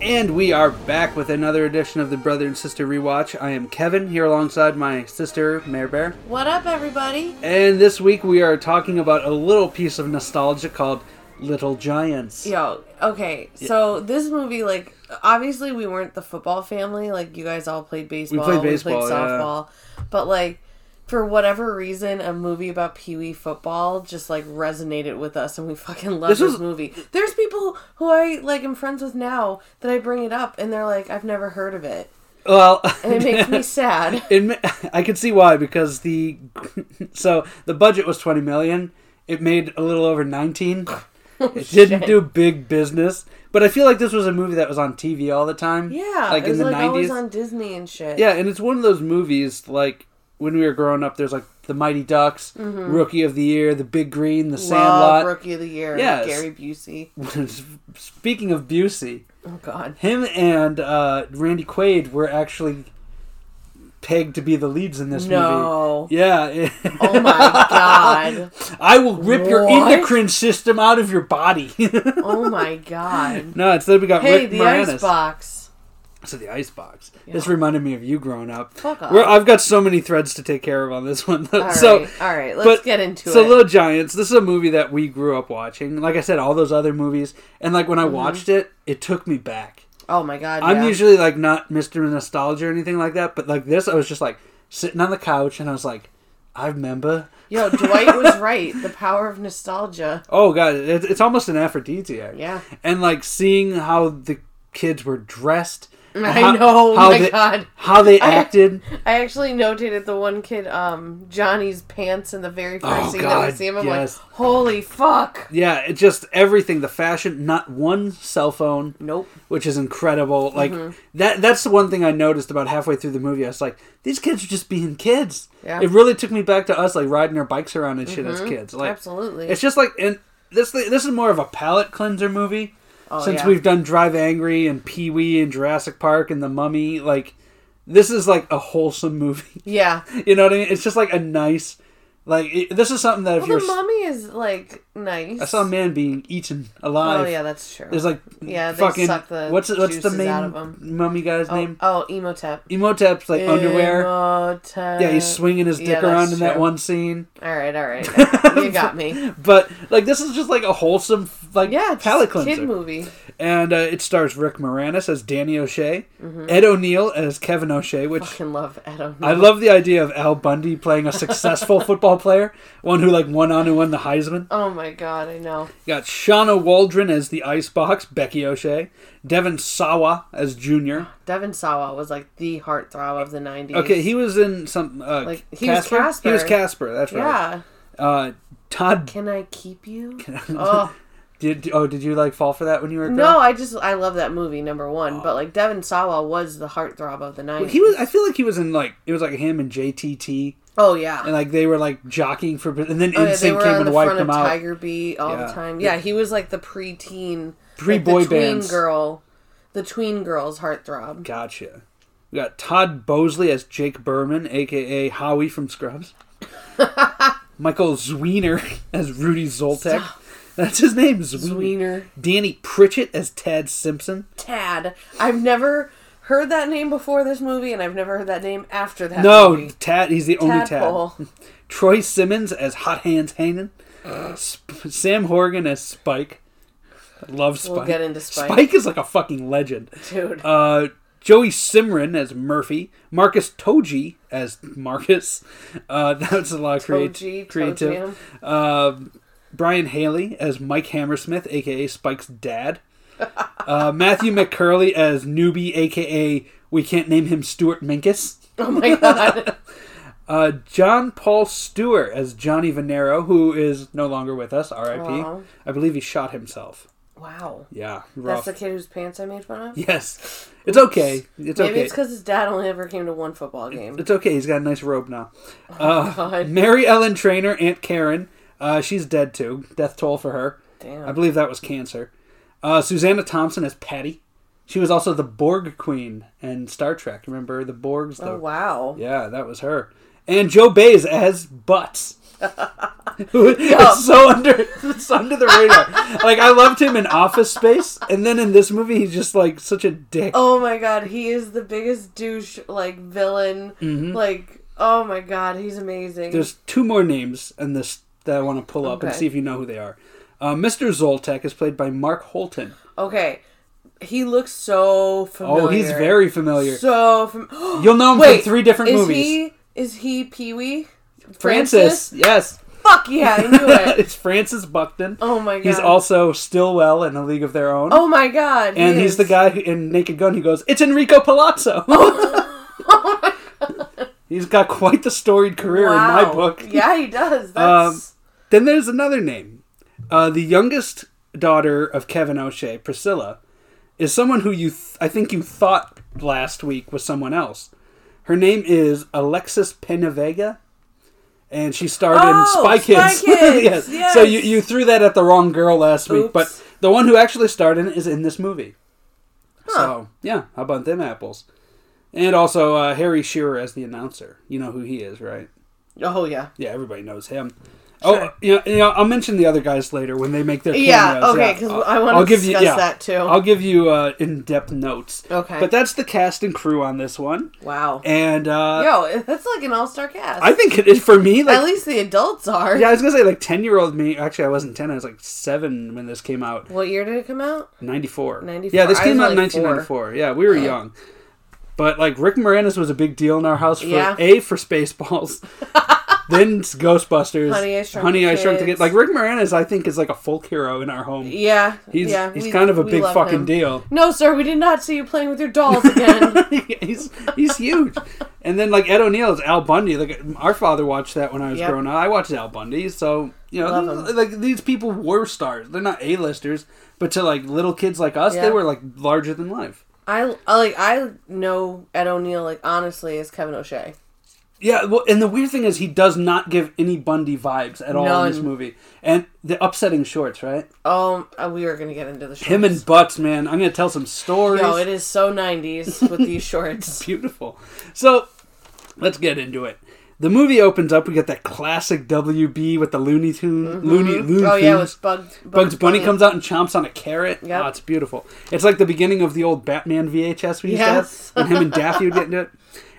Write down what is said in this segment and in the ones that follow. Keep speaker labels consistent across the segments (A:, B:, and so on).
A: And we are back with another edition of the Brother and Sister Rewatch. I am Kevin here alongside my sister, Mare Bear.
B: What up, everybody?
A: And this week we are talking about a little piece of nostalgia called Little Giants.
B: Yo, okay, so this movie, like, obviously we weren't the football family. Like, you guys all played baseball.
A: played baseball, yeah.
B: softball. But, like, for whatever reason, a movie about Pee Wee football just, like, resonated with us, and we fucking love this,
A: This was-
B: movie. There's people who I, like, am friends with now that I bring it up, and they're like, I've never heard of it.
A: Well,
B: And it makes me sad.
A: it ma- I can see why because the so the budget was 20 million. It made a little over 19.
B: Oh,
A: It didn't do big business, but I feel like this was a movie that was on TV all the time.
B: Yeah,
A: like
B: it was,
A: in the
B: like, always
A: 90s.
B: on Disney and shit.
A: Yeah, and it's one of those movies like when we were growing up. There's like the Mighty Ducks, Rookie of the Year, The Big Green, The
B: Mm-hmm. Love
A: Sandlot.
B: Rookie of the Year,
A: Yes.
B: Gary Busey.
A: Speaking of Busey,
B: Oh, God.
A: him and uh, Randy Quaid were actually pegged to be the leads in this
B: No.
A: movie. Yeah.
B: Oh my god.
A: I will rip your
B: What?
A: endocrine system out of your body.
B: Oh my god.
A: no, instead we got
B: Hey,
A: Rick
B: the
A: Moranis.
B: ice box.
A: So the icebox. This reminded me of you growing up.
B: Fuck off.
A: We're- I've got so many threads to take care of on this one. Though.
B: All right,
A: so
B: all right, let's
A: but-
B: get into
A: so
B: it.
A: Little Giants, this is a movie that we grew up watching. Like I said, all those other movies, and like when I watched it, it took me back.
B: oh my god.
A: I'm
B: Mm-hmm. yeah.
A: usually like not Mr. Nostalgia or anything like that, but like this, I was just like sitting on the couch and I was like, I remember.
B: Yo, Dwight was right. The power of nostalgia.
A: Oh god, it, it's almost an aphrodisiac.
B: Yeah.
A: and like seeing how the kids were dressed. and
B: I
A: how-
B: know, oh my
A: they,
B: God.
A: How they acted.
B: I actually notated the one kid, um, Johnny's pants in the very first
A: Oh,
B: scene that we
A: God,
B: see him. I'm
A: yes.
B: like, holy fuck.
A: Yeah, it just everything, the fashion, not one cell phone.
B: Nope.
A: Which is incredible. Like
B: Mm-hmm.
A: that that's the one thing I noticed about halfway through the movie. I was like, these kids are just being kids.
B: Yeah. Mm-hmm.
A: It really took me back to us like riding our bikes around and shit as kids. Like
B: Absolutely.
A: It's just like and this thi- this is more of a palate cleanser movie. since
B: Oh, yeah.
A: we've done Drive Angry and Pee Wee and Jurassic Park and The Mummy, like this is like a wholesome movie.
B: yeah.
A: you know what I mean? It's just like a nice, like it, this is something that if
B: Well,
A: you're,
B: the mummy is like nice.
A: I saw a man being eaten alive.
B: Oh yeah, that's true.
A: There's like
B: Yeah, they
A: fucking
B: suck the
A: what's what's the
B: juices
A: main
B: out of 'em.
A: mummy guy's
B: oh,
A: name?
B: oh, Emotep.
A: Emotep's like underwear.
B: Emotep.
A: Yeah, he's swinging his
B: yeah,
A: dick around
B: that's
A: in that
B: true.
A: one scene.
B: All right, all right. all right. you got me.
A: But like this is just like a wholesome like
B: Yeah, it's
A: palate
B: a
A: cleanser.
B: kid movie.
A: and uh, it stars Rick Moranis as Danny O'Shea,
B: Mm-hmm.
A: Ed O'Neill as Kevin O'Shea, which
B: Fucking love Adam.
A: I love the idea of Al Bundy playing a successful football player, one who like won on and won the Heisman.
B: Oh my god, I know.
A: You got Shauna Waldron as the Icebox, Becky O'Shea, Devin Sawa as Junior.
B: Devin Sawa was like the heartthrob of the '90s.
A: Okay, he was in some uh,
B: Like,
A: Casper?
B: he was
A: He was
B: Casper.
A: Casper. That's right.
B: yeah.
A: Uh, Todd.
B: Can I keep you? oh
A: Did oh did you like fall for that when you were a girl?
B: no, I just I love that movie number one. But like Devin Sawa was the heartthrob of the '90s.
A: He was. I feel like he was in like it was like him and JTT,
B: Oh yeah.
A: and like they were like jockeying for, and then
B: Oh, yeah,
A: Instinct came and wiped them out.
B: Tiger Beat all
A: Yeah.
B: the time. Yeah, he was like the preteen,
A: Pre-boy
B: like, the tween
A: bands.
B: girl, the tween girl's heartthrob.
A: Gotcha. We got Todd Bosley as Jake Berman, aka Howie from Scrubs. Michael Zwiener as Rudy Zoltek. That's his name, Zwiener.
B: Tweener
A: Danny Pritchett as Tad Simpson.
B: Tad. I've never heard that name before this movie, and I've never heard that name after that.
A: No,
B: movie.
A: Tad. He's the only Tad.
B: Tadpole.
A: Troy Simmons as Hot Hands Hangin'. Sp- Sam Horgan as Spike. I love Spike.
B: get into Spike.
A: Spike is like a fucking legend.
B: Dude.
A: Uh, Joey Simran as Murphy, Marcus Toji as Marcus. Uh, that's a lot of
B: Toji,
A: creat-
B: Tojam.
A: creative. Um Brian Haley as Mike Hammersmith, aka Spike's dad. Uh, Matthew McCurley as Newbie, aka we can't name him Stuart Minkus.
B: oh my god.
A: Uh, John Paul Stewart as Johnny Venero, who is no longer with us, R.I.P.
B: Aw.
A: I believe he shot himself.
B: Wow.
A: Yeah, rough.
B: That's the kid whose pants I made fun of?
A: yes, it's okay. It's
B: Maybe
A: okay.
B: it's because his dad only ever came to one football game.
A: It's okay. He's got a nice robe now.
B: God.
A: Mary Ellen Trainer, Aunt Karen. Uh, she's dead too. Death toll for her.
B: Damn.
A: I believe that was cancer. Uh, Susanna Thompson as Patty. She was also the Borg Queen in Star Trek. Remember the Borgs?
B: Oh
A: though?
B: wow.
A: Yeah, that was her. And Joe Bays as Butts. it's so under it's under the radar. like I loved him in Office Space, and then in this movie he's just like such a dick.
B: Oh my god, he is the biggest douche like villain. Like, oh my god, he's amazing.
A: Mm-hmm. There's two more names in this that I want to pull up and
B: Okay.
A: see if you know who they are. Uh, Mr. Zoltek is played by Mark Holton.
B: okay, he looks so familiar.
A: Oh, he's very familiar.
B: so familiar.
A: You'll know him
B: Wait,
A: from three different
B: is
A: movies.
B: He, is he Pee Wee?
A: Francis, yes,
B: Fuck yeah, I knew it.
A: it's Francis Buckton.
B: Oh my god.
A: he's also Stillwell in A League of Their Own.
B: Oh my god. he
A: and he's
B: is.
A: the guy who, in Naked Gun who goes, "It's Enrico Palazzo." he's got quite the storied career in my
B: Wow.
A: book.
B: Yeah, he does.
A: Um,
B: That's
A: Then there's another name. Uh, the youngest daughter of Kevin O'Shea, Priscilla, is someone who you th- I think you thought last week was someone else. Her name is Alexis Penavega, and she starred in
B: Oh,
A: Spy
B: Spy
A: Kids.
B: Kids,
A: So you,
B: yes.
A: you threw that at the wrong girl last week,
B: Oops.
A: but the one who actually starred in it is in this movie. So yeah, how about them apples? And also uh, Harry Shearer as the announcer. You know who he is, right?
B: oh yeah.
A: Yeah, everybody knows him. Oh, you know, you know, I'll mention the other guys later when they make their cameos.
B: Yeah, okay, 'cause
A: I'll-
B: I wanna
A: I'll give you-
B: discuss that, too.
A: I'll give you uh, in-depth notes.
B: Okay.
A: but that's the cast and crew on this one,
B: Wow.
A: and uh,
B: Yo, that's like an all-star cast.
A: I think it is for me. Like,
B: At least the adults are.
A: yeah, I was gonna say like ten-year-old me. Actually, I wasn't ten. I was like seven when this came out.
B: What year did it come out?
A: 94.
B: 94.
A: Yeah, this
B: I
A: came
B: was
A: out in
B: only four.
A: 1994. Yeah, we were young. But like Rick Moranis was a big deal in our house for
B: Yeah.
A: A for Spaceballs, then Ghostbusters,
B: Honey, I Shrunk
A: Honey,
B: the
A: I Shrunk the
B: Kids.
A: Kids. Like Rick Moranis, I think is like a folk hero in our home.
B: Yeah.
A: He's
B: yeah,
A: he's
B: we-
A: kind of a
B: we
A: big
B: love
A: fucking
B: him.
A: deal.
B: No, sir, we did not see you playing with your dolls again.
A: he's he's huge. And then like Ed O'Neill is Al Bundy. Like our father watched that when I was
B: Yep.
A: growing up. I watched Al Bundy, so you know,
B: Love
A: th- like these people were stars. They're not A-listers, but to like little kids like us, they
B: Yeah.
A: were like larger than life.
B: I, I like I know Ed O'Neill like honestly as Kevin O'Shea.
A: Yeah, well, and the weird thing is he does not give any Bundy vibes at all in this
B: None.
A: movie. And the upsetting shorts, right?
B: Um, uh, we are gonna get into the shorts.
A: Him and Butts, man. I'm gonna tell some stories.
B: Yo, it is so '90s with these shorts.
A: Beautiful. So, let's get into it. The movie opens up. We get that classic WB with the Looney Tune, Looney, Looney
B: Oh yeah, it
A: Tunes.
B: was Bugs
A: Bugs Bunny comes out and chomps on a carrot.
B: Yep.
A: Oh, it's beautiful. It's like the beginning of the old Batman VHS we used
B: Yes.
A: to have when him and Daffy would get into it.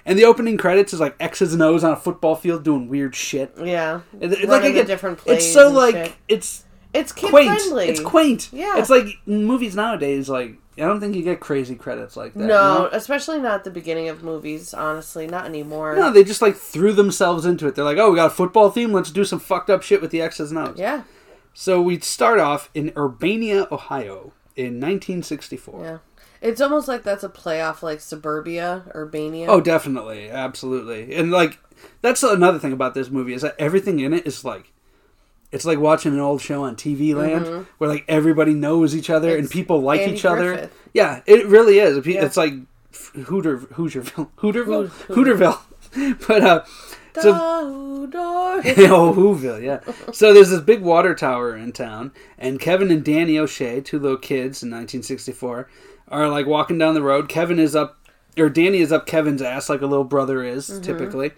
A: And the opening credits is like X's and O's on a football field doing weird shit.
B: Yeah,
A: It- It's
B: Running
A: like
B: the
A: again,
B: different
A: It's
B: plays
A: so
B: and
A: like
B: shit.
A: it's
B: it's kid
A: quaint.
B: friendly.
A: It's quaint.
B: Yeah.
A: It's like in movies nowadays. Like I don't think you get crazy credits like that.
B: No, especially not the beginning of movies. Honestly, not anymore.
A: No, No, they just like threw themselves into it. They're like, oh, we got a football theme. Let's do some fucked up shit with the X's and O's.
B: Yeah,
A: So we start off in Urbania, Ohio, in 1964.
B: yeah. It's almost like that's a playoff, like suburbia, Urbania.
A: Oh, definitely, absolutely, and like that's another thing about this movie is that everything in it is like. It's like watching an old show on TV Land, where like everybody knows each other and
B: Mm-hmm. It's
A: people like
B: Andy
A: each other.
B: Griffith.
A: Yeah, it really is. If you-
B: Yeah.
A: It's like Hooter, Hoosierville, Hooterville,
B: Hoot-
A: Hooterville. but uh, so
B: Dahudor.
A: oh, Whoville, yeah. So there's this big water tower in town, and Kevin and Danny O'Shea, two little kids in 1964, are like walking down the road. Kevin is up, or Danny is up Kevin's ass, like a little brother is
B: Mm-hmm.
A: typically,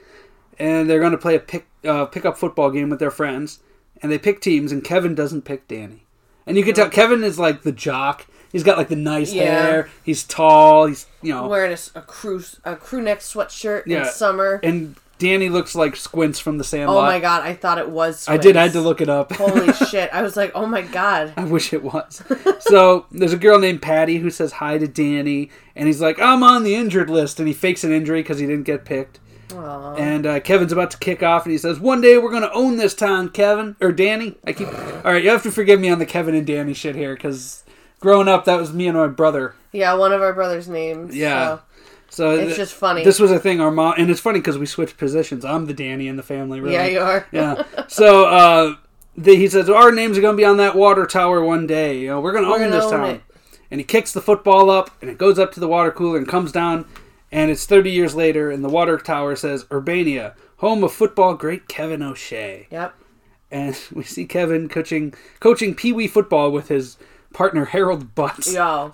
A: and they're going to play a pick uh, pickup football game with their friends, and they pick teams, and Kevin doesn't pick Danny, and you can tell Kevin is like the jock. He's got like the nice
B: Mm-hmm. Yeah.
A: hair. He's tall. He's you know
B: Wearing a, s- a crew a crew neck sweatshirt in
A: Yeah.
B: summer.
A: and. Danny looks like Squints from the Sandlot.
B: oh my god, I thought it was.
A: I did. I had
B: Squints.
A: to look it up.
B: Holy shit! I was like, oh my god.
A: I wish it was. so there's a girl named Patty who says hi to Danny, and he's like, "I'm on the injured list," and he fakes an injury because he didn't get picked.
B: Aw.
A: And uh, Kevin's about to kick off, and he says, "One day we're gonna own this town, Kevin or Danny." I keep. All right, you have to forgive me on the Kevin and Danny shit here, because growing up, that was me and my brother.
B: Yeah, one of our brother's names.
A: Yeah.
B: so.
A: So
B: It's
A: th-
B: just funny.
A: This was a thing our mom, and it's funny because we switched positions. I'm the Danny in the family. Really.
B: Yeah, you are.
A: yeah. So uh, the, he says, "Our names are going to be on that water tower one day. You know, we're going to own
B: gonna
A: this
B: own
A: town."
B: it.
A: And he kicks the football up, and it goes up to the water cooler and comes down. And it's 30 years later, and the water tower says, "Urbania, home of football great Kevin O'Shea."
B: Yep.
A: And we see Kevin coaching coaching Pee Wee football with his partner Harold Butts.
B: Yo.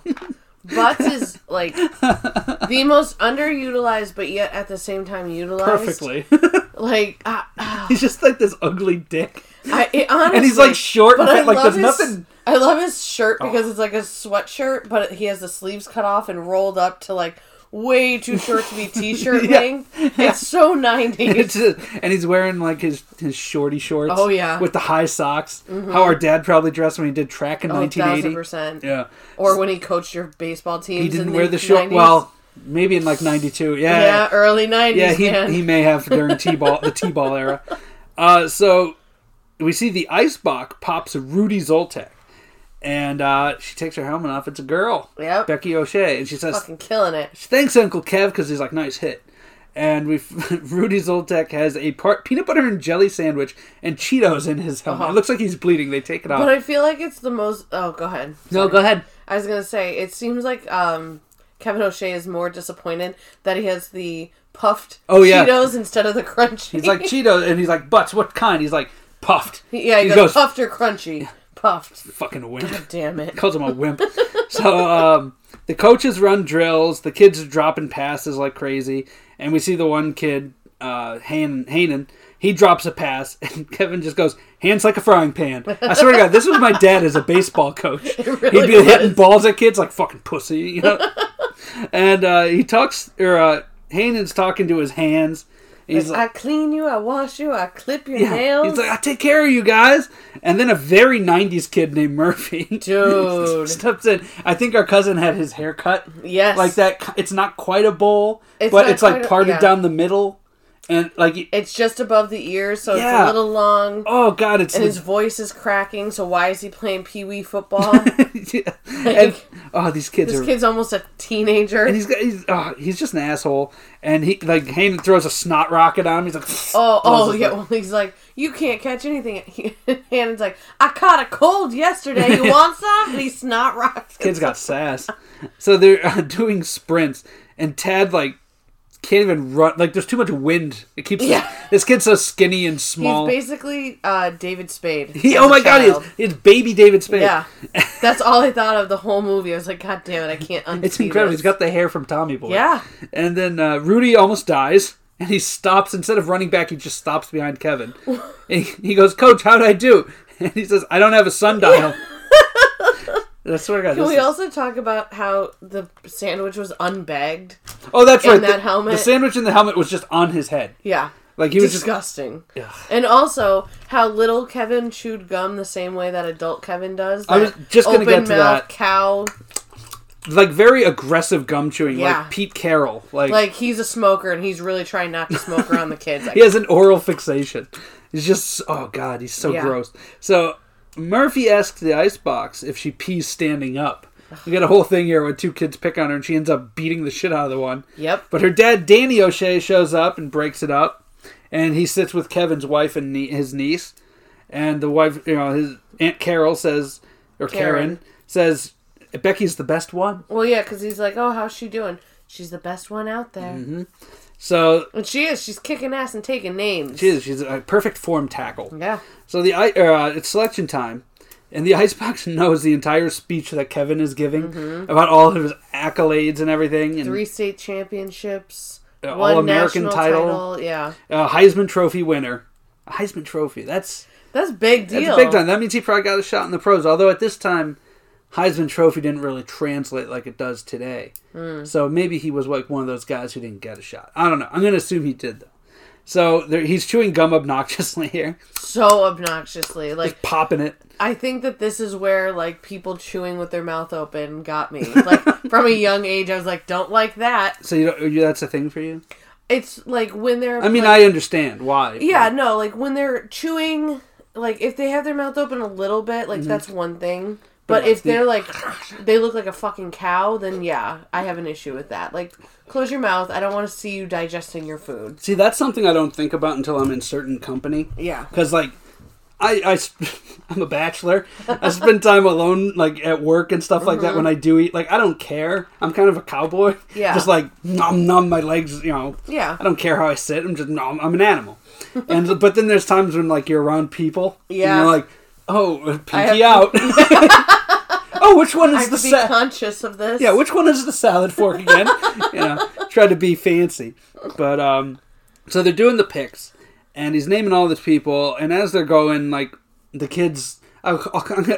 B: Butts is like the most underutilized, but yet at the same time utilized.
A: Perfectly.
B: Like, ah, ah.
A: He's just like this ugly dick.
B: I, it, honestly,
A: And he's like short and
B: but I
A: fit, like
B: love
A: there's
B: his,
A: nothing. Oh.
B: I love his shirt because it's like a sweatshirt, but he has the sleeves cut off and rolled up to like way too short to be t-shirt
A: Yeah.
B: length. It's so nineties.
A: It's just- and he's wearing like his, his shorty shorts.
B: Oh, yeah. Mm-hmm.
A: With the high socks. How our dad probably dressed when he did track in
B: Oh,
A: 1980.
B: thousand percent.
A: Yeah.
B: Or when he coached your baseball teams.
A: He
B: in
A: didn't
B: the
A: wear the short.
B: 90s.
A: Well, maybe in like 92. Yeah.
B: yeah, early nineties.
A: Yeah, he,
B: man.
A: he may have during T ball the T ball era. Uh, so we see the Icebox pops Rudy Zoltek, and uh, she takes her helmet off. It's a girl,
B: Yep.
A: Becky O'Shea, and she says,
B: fucking killing it.
A: "Thanks, Uncle Kev," because he's like, "Nice hit." And we Rudy Zoltek has a part peanut butter and jelly sandwich and Cheetos in his helmet.
B: Uh-huh.
A: It looks like he's bleeding. They take it off.
B: But I feel like it's the most. Oh, go ahead.
A: no, go ahead.
B: I was gonna say it seems like um, Kevin O'Shea is more disappointed that he has the puffed
A: Oh, yeah.
B: Cheetos instead of the crunchy.
A: He's like Cheetos, and he's like, "Butts, what kind?" He's like, "Puffed."
B: yeah, he,
A: he
B: goes,
A: goes-
B: puffed or crunchy. Puffed.
A: Fucking wimp.
B: Damn it.
A: calls him a wimp. so um, the coaches run drills. The kids are dropping passes like crazy, and we see the one kid, uh, Han Hanan. He drops a pass, and Kevin just goes hands like a frying pan. I swear to God, this was my dad as a baseball coach. He'd be
B: really
A: hitting
B: was.
A: balls at kids like fucking pussy, you know. and uh, he talks, or uh, Hanan's talking to his hands. and He's
B: I clean you. I wash you. I clip your
A: yeah.
B: nails.
A: He's like, I take care of you guys. And then a very 90s kid named Murphy
B: Dude.
A: steps in. I think our cousin had his hair cut
B: yes.
A: like that. It's not quite a bowl,
B: It's
A: but
B: not
A: it's like
B: quite a-
A: parted
B: yeah.
A: down the middle. And like,
B: It's just above the ear, so
A: Yeah.
B: it's a little long.
A: oh God, it's.
B: And his voice is cracking, so why is he playing pee wee football?
A: yeah. and, oh, these kids
B: this
A: are.
B: kid's almost a teenager.
A: And he's got, he's, oh, he's just an asshole. And he, like, Hayden throws a snot rocket on him. He's like, throws
B: Oh, oh,
A: his-
B: yeah. Well, he's like, you can't catch anything. Hannah's like, I caught a cold yesterday. You want some? And he's not rocked.
A: Kid's got sass. So they're uh, doing sprints, and Tad like can't even run. Like there's too much wind. It keeps
B: Yeah.
A: this kid's so skinny and
B: He's
A: small.
B: basically uh, David Spade.
A: he,
B: as
A: oh
B: a
A: my god,
B: child.
A: it's, it's baby David Spade.
B: Yeah, that's all I thought of the whole movie. I was like, God damn it, I can't unsee
A: it's incredible.
B: This.
A: He's got the hair from Tommy Boy.
B: yeah,
A: and then uh, Rudy almost dies. And he stops instead of running back. He just stops behind Kevin. and he, he goes, "Coach, how'd I do?" And he says, "I don't have a sundial." I swear to God.
B: Can
A: this
B: we
A: is-
B: also talk about how the sandwich was unbagged?
A: oh, that's
B: in
A: right.
B: that
A: the,
B: helmet?
A: the sandwich in the helmet was just on his head.
B: Yeah,
A: Like he was just
B: disgusting.
A: Yeah.
B: And also how little Kevin chewed gum the same way that adult Kevin does.
A: I was
B: that
A: just gonna get
B: open
A: to
B: mouth
A: that.
B: cow.
A: like very aggressive gum chewing,
B: Yeah.
A: like Pete Carroll. Like,
B: Like he's a smoker and he's really trying not to smoke around the kids.
A: he has an oral fixation. He's just oh god, he's so
B: Yeah.
A: gross. So Murphy asks the icebox if she pees standing up. We got a whole thing here where two kids pick on her and she ends up beating the shit out of the one.
B: Yep.
A: But her dad Danny O'Shea shows up and breaks it up, and he sits with Kevin's wife and nie- his niece, and the wife, you know, his aunt Carol says or Karen,
B: Karen.
A: says Becky's the best one.
B: Well, yeah, because he's like, "Oh, how's she doing? She's the best one out there."
A: Mm-hmm. So
B: And she is. She's kicking ass and taking names.
A: she is she's a perfect form tackle.
B: Yeah.
A: So the i- uh, it's selection time, and the icebox knows the entire speech that Kevin is giving about all of his accolades and everything, and
B: Mm-hmm. Three state championships.
A: Uh,
B: one
A: All-American
B: national
A: title.
B: title. Yeah.
A: uh, Heisman Trophy winner. A Heisman Trophy. That's
B: That's big
A: that's
B: deal.
A: big time. That means he probably got a shot in the pros. Although at this time, Heisman Trophy didn't really translate like it does today.
B: Hmm.
A: So maybe he was like one of those guys who didn't get a shot. I don't know. I'm gonna assume he did though. So there, he's chewing gum obnoxiously here,
B: So obnoxiously. Like,
A: popping it.
B: I think that this is where like people chewing with their mouth open got me. Like from a young age, I was like, "Don't like that."
A: So you, don't, you that's a thing for you.
B: It's like when they're.
A: I mean,
B: like,
A: I understand why.
B: yeah, no, like when they're chewing, like if they have their mouth open a little bit, like that's one thing. But,
A: like
B: if
A: Mm-hmm. the-
B: they're like, they look like a fucking cow, then yeah, I have an issue with that. Like, close your mouth. I don't want to see you digesting your food.
A: See, that's something I don't think about until I'm in certain company.
B: Yeah.
A: Because, like, I, I, sp- I'm a bachelor. I spend time alone, like, at work and stuff like that when I do eat. Like, I don't care. I'm kind of a cowboy.
B: Mm-hmm. Yeah.
A: Just, like, nom nom my legs, you know.
B: Yeah.
A: I don't care how I sit. I'm just, nom, I'm an animal. And, but then there's times when, like, you're around people.
B: Yeah.
A: And you're like, oh, pinky
B: have
A: out. oh, which one
B: I
A: is
B: have
A: the
B: to be
A: set?
B: conscious of this.
A: yeah, which one is the salad fork again? you know, try to be fancy. But um so they're doing the picks and he's naming all these people. And as they're going, like the kids, I,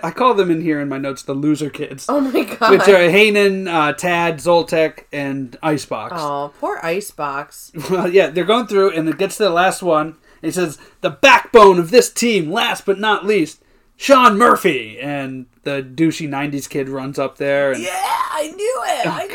A: I call them in here in my notes the loser kids,
B: Oh my god.
A: which are Hanan, uh, Tad, Zoltek, and Icebox.
B: Oh, poor Icebox.
A: Well, yeah, they're going through, and it gets to the last one. And he says, "The backbone of this team, last but not least, Sean Murphy." And the douchey '90s kid runs up there, and
B: Yeah, I knew
A: Oh,
B: it. I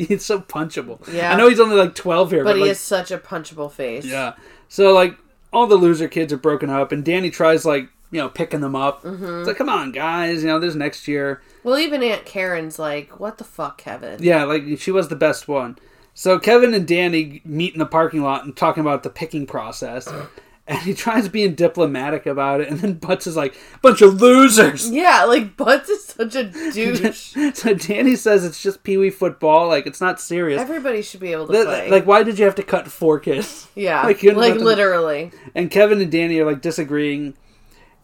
B: it.
A: he's so punchable.
B: Yeah.
A: I know he's only like 12 here, but,
B: But he
A: like,
B: has such a punchable face.
A: yeah. So like, all the loser kids are broken up, and Danny tries like, you know, picking them up.
B: Mm-hmm.
A: It's like, come on, guys, you know, there's next year.
B: Well, even Aunt Karen's like, "What the fuck, Kevin?"
A: Yeah, like she was the best one. So Kevin and Danny meet in the parking lot and talking about the picking process. And he tries being diplomatic about it, and then Butts is like, bunch of losers!
B: Yeah, like Butts is such a douche.
A: so Danny says it's just pee wee football, like, it's not serious.
B: Everybody should be able to
A: Th-
B: play.
A: like, why did you have to cut four kids?
B: yeah,
A: like,
B: like,
A: you know nothing-
B: literally.
A: And Kevin and Danny are, like, disagreeing.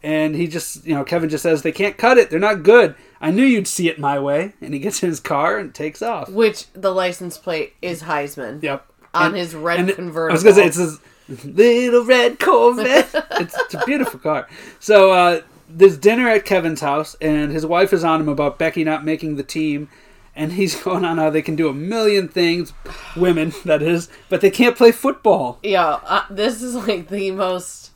A: And he just, you know, Kevin just says, they can't cut it, they're not good. I knew you'd see it my way. And he gets in his car and takes off.
B: Which the license plate is Heisman.
A: Yep.
B: On
A: And-
B: his red
A: and it-
B: convertible.
A: I was gonna say it's his little red Corvette. it's, it's a beautiful car. So uh, there's dinner at Kevin's house, and his wife is on him about Becky not making the team, and he's going on how they can do a million things, women that is, but they can't play football.
B: Yeah, uh, this is like the most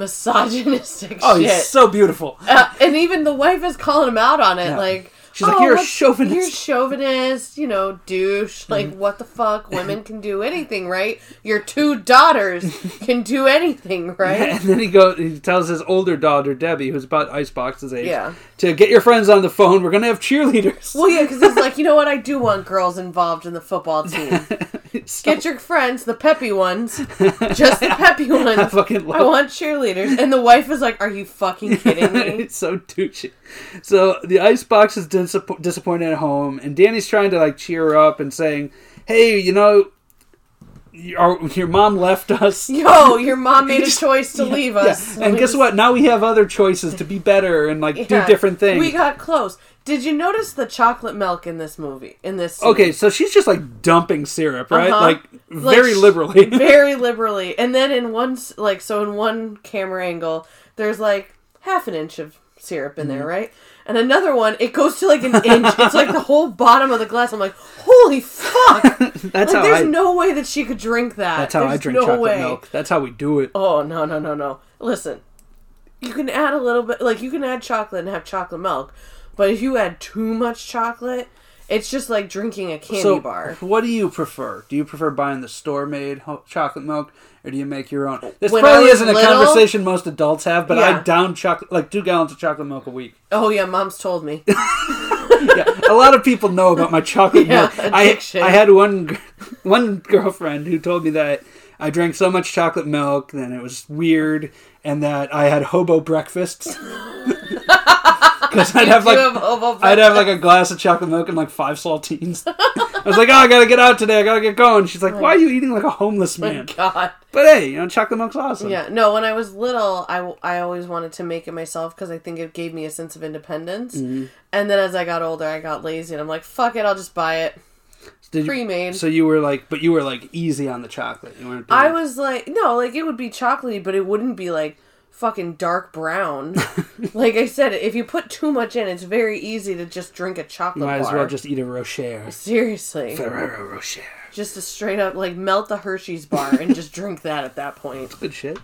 B: misogynistic
A: Oh,
B: shit.
A: he's so beautiful.
B: Uh, and even the wife is calling him out on it. Like
A: She's like,
B: "Oh,
A: "You're a
B: what-
A: chauvinist." Mm-hmm.
B: You're a chauvinist. You know, douche. Like what the fuck? Women can do anything, right? Your two daughters can do anything, right?
A: And then he goes. He tells his older daughter Debbie, who's about Icebox's age,
B: Yeah.
A: to get your friends on the phone. We're gonna have cheerleaders.
B: Well, yeah, because it's like you know what? I do want girls involved in the football team.
A: So-
B: Get your friends, the peppy ones, just the peppy ones. I
A: fucking love-
B: want cheerleaders. And the wife is like, "Are you fucking kidding me?"
A: it's so douchey. So the icebox is disapp- disappointed at home, and Danny's trying to like cheer her up and saying, "Hey, you know, your, your mom left us.
B: Yo, your mom made a choice to leave
A: Yeah,
B: us.
A: And guess what? Now we have other choices to be better and like do
B: Yeah.
A: different things."
B: We got close. Did you notice the chocolate milk in this movie? In this scene?
A: okay, so she's just like dumping syrup, right?
B: Uh-huh.
A: Like
B: Like,
A: very
B: sh-
A: liberally.
B: very liberally. And then in one s- like so in one camera angle, there's like half an inch of syrup in
A: Mm-hmm.
B: there, right? And another one, it goes to like an inch. it's like the whole bottom of the glass. I'm like, holy fuck!
A: That's
B: like,
A: how I.
B: there's no way that she could drink that.
A: that's how I
B: There's
A: drink
B: no
A: chocolate
B: way.
A: milk. That's how we do it.
B: Oh no no no no! Listen, you can add a little bit, like you can add chocolate and have chocolate milk, but if you add too much chocolate, it's just like drinking a candy
A: So,
B: bar.
A: what do you prefer? Do you prefer buying the store made chocolate milk, or do you make your own? This
B: When I
A: probably
B: was
A: isn't a
B: little-
A: conversation most adults have, but I
B: Yeah.
A: down chocolate like two gallons of chocolate milk a week.
B: Oh yeah, mom's told me.
A: Yeah, a lot of people know about my chocolate
B: Yeah,
A: milk. I
B: addiction.
A: I had one gr- one girlfriend who told me that I drank so much chocolate milk that it was weird, and that I had hobo breakfasts. Because I'd have
B: You
A: like
B: have hobo
A: I'd have like a glass of chocolate milk and like five saltines. I was like, oh, I gotta get out today. I gotta get going. She's like, why are you eating like a homeless man?
B: breakfast. God.
A: But hey, you know, chocolate milk's awesome.
B: Yeah, no, when I was little, I, w- I always wanted to make it myself because I think it gave me a sense of independence.
A: Mm-hmm.
B: And then as I got older, I got lazy and I'm like, fuck it, I'll just buy it.
A: Did you-
B: Pre-made.
A: So you were like, but you were like easy on the chocolate. You weren't. Doing
B: I was like, no, like it would be chocolatey, but it wouldn't be like fucking dark brown. like I said, if you put too much in, it's very easy to just drink a chocolate
A: Might
B: bar.
A: as well just eat a Rocher.
B: Seriously,
A: Ferrero Rocher.
B: just a straight up like melt the Hershey's bar and just drink that at that point.
A: Good shit.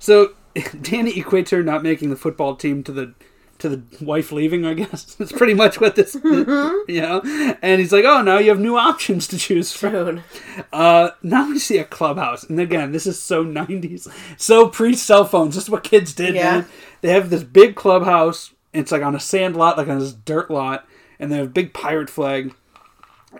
A: So Danny equates her not making the football team to the to the wife leaving. I guess that's pretty much what this.
B: Mm-hmm.
A: You know, and he's like, oh, now you have new options to choose from.
B: Dude,
A: Uh, now we see a clubhouse, and again, this is so '90s, so pre-cell phones. This is what kids did.
B: Yeah.
A: Man. They have this big clubhouse. and It's like on a sand lot, like on this dirt lot, and they have a big pirate flag.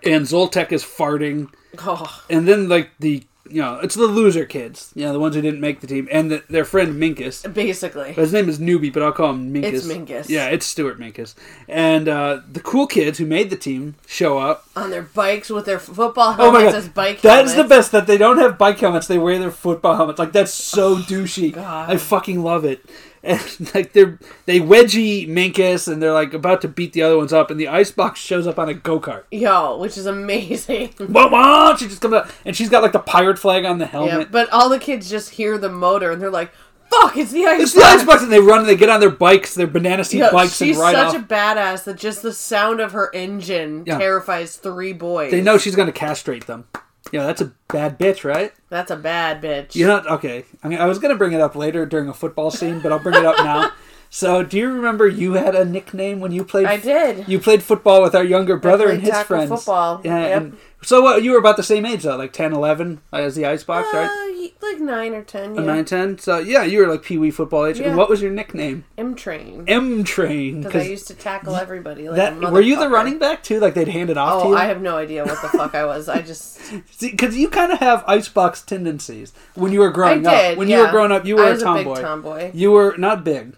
A: And Zoltek is farting,
B: oh,
A: and then like the you know it's the loser kids, you know the ones who didn't make the team, and the, their friend Minkus.
B: basically,
A: But his name is Newbie, but I'll call him Minkus.
B: It's Minkus.
A: Yeah, it's Stuart Minkus. And uh, the cool kids who made the team show up,
B: on their bikes with their football
A: Oh
B: helmets
A: my god,
B: as bike
A: that's the
B: helmets.
A: best that they don't have bike helmets. They wear their football helmets. Like that's so douchey.
B: Oh God.
A: I fucking love it. and like they're they wedgie Minkus and they're like about to beat the other ones up, and the icebox shows up on a go kart.
B: Yo, which is amazing.
A: Whoa, whoa! She just comes out, and she's got like the pirate flag on the helmet.
B: Mm-hmm. yeah, but all the kids just hear the motor and they're like, "Fuck, it's the ice."
A: It's the icebox, and they run and they get on their bikes, their banana seat
B: Yo,
A: bikes, and
B: she's
A: ride
B: such
A: off.
B: a badass that just the sound of her engine
A: Yeah.
B: terrifies three boys.
A: They know she's going to castrate them. Yeah, that's a bad bitch, right?
B: That's a bad bitch.
A: You're not okay. I mean, I was going to bring it up later during a football scene, but I'll bring it up now. So, do you remember you had a nickname when you played?
B: I did.
A: You played football with our younger brother
B: played
A: and his
B: tackle
A: friends.
B: football.
A: Yeah.
B: Yep.
A: And so, what you were about the same age though, like 10, 11, as the icebox,
B: Uh,
A: right?
B: y- like nine or ten. Uh, Yeah.
A: Nine, ten. So, yeah, you were like pee wee football age.
B: Yeah.
A: And what was your nickname?
B: M train.
A: M Train.
B: Because I used to tackle everybody. Like
A: that
B: a
A: were you the
B: motherfucker.
A: running back too? Like they'd hand it off to
B: Oh,
A: you.
B: I have no idea what the fuck I was. I just
A: because you kind of have icebox tendencies when you were
B: I
A: growing up.
B: did.
A: When
B: yeah.
A: you were growing up, you were
B: I
A: a
B: was
A: tomboy.
B: A big tomboy.
A: You were not big.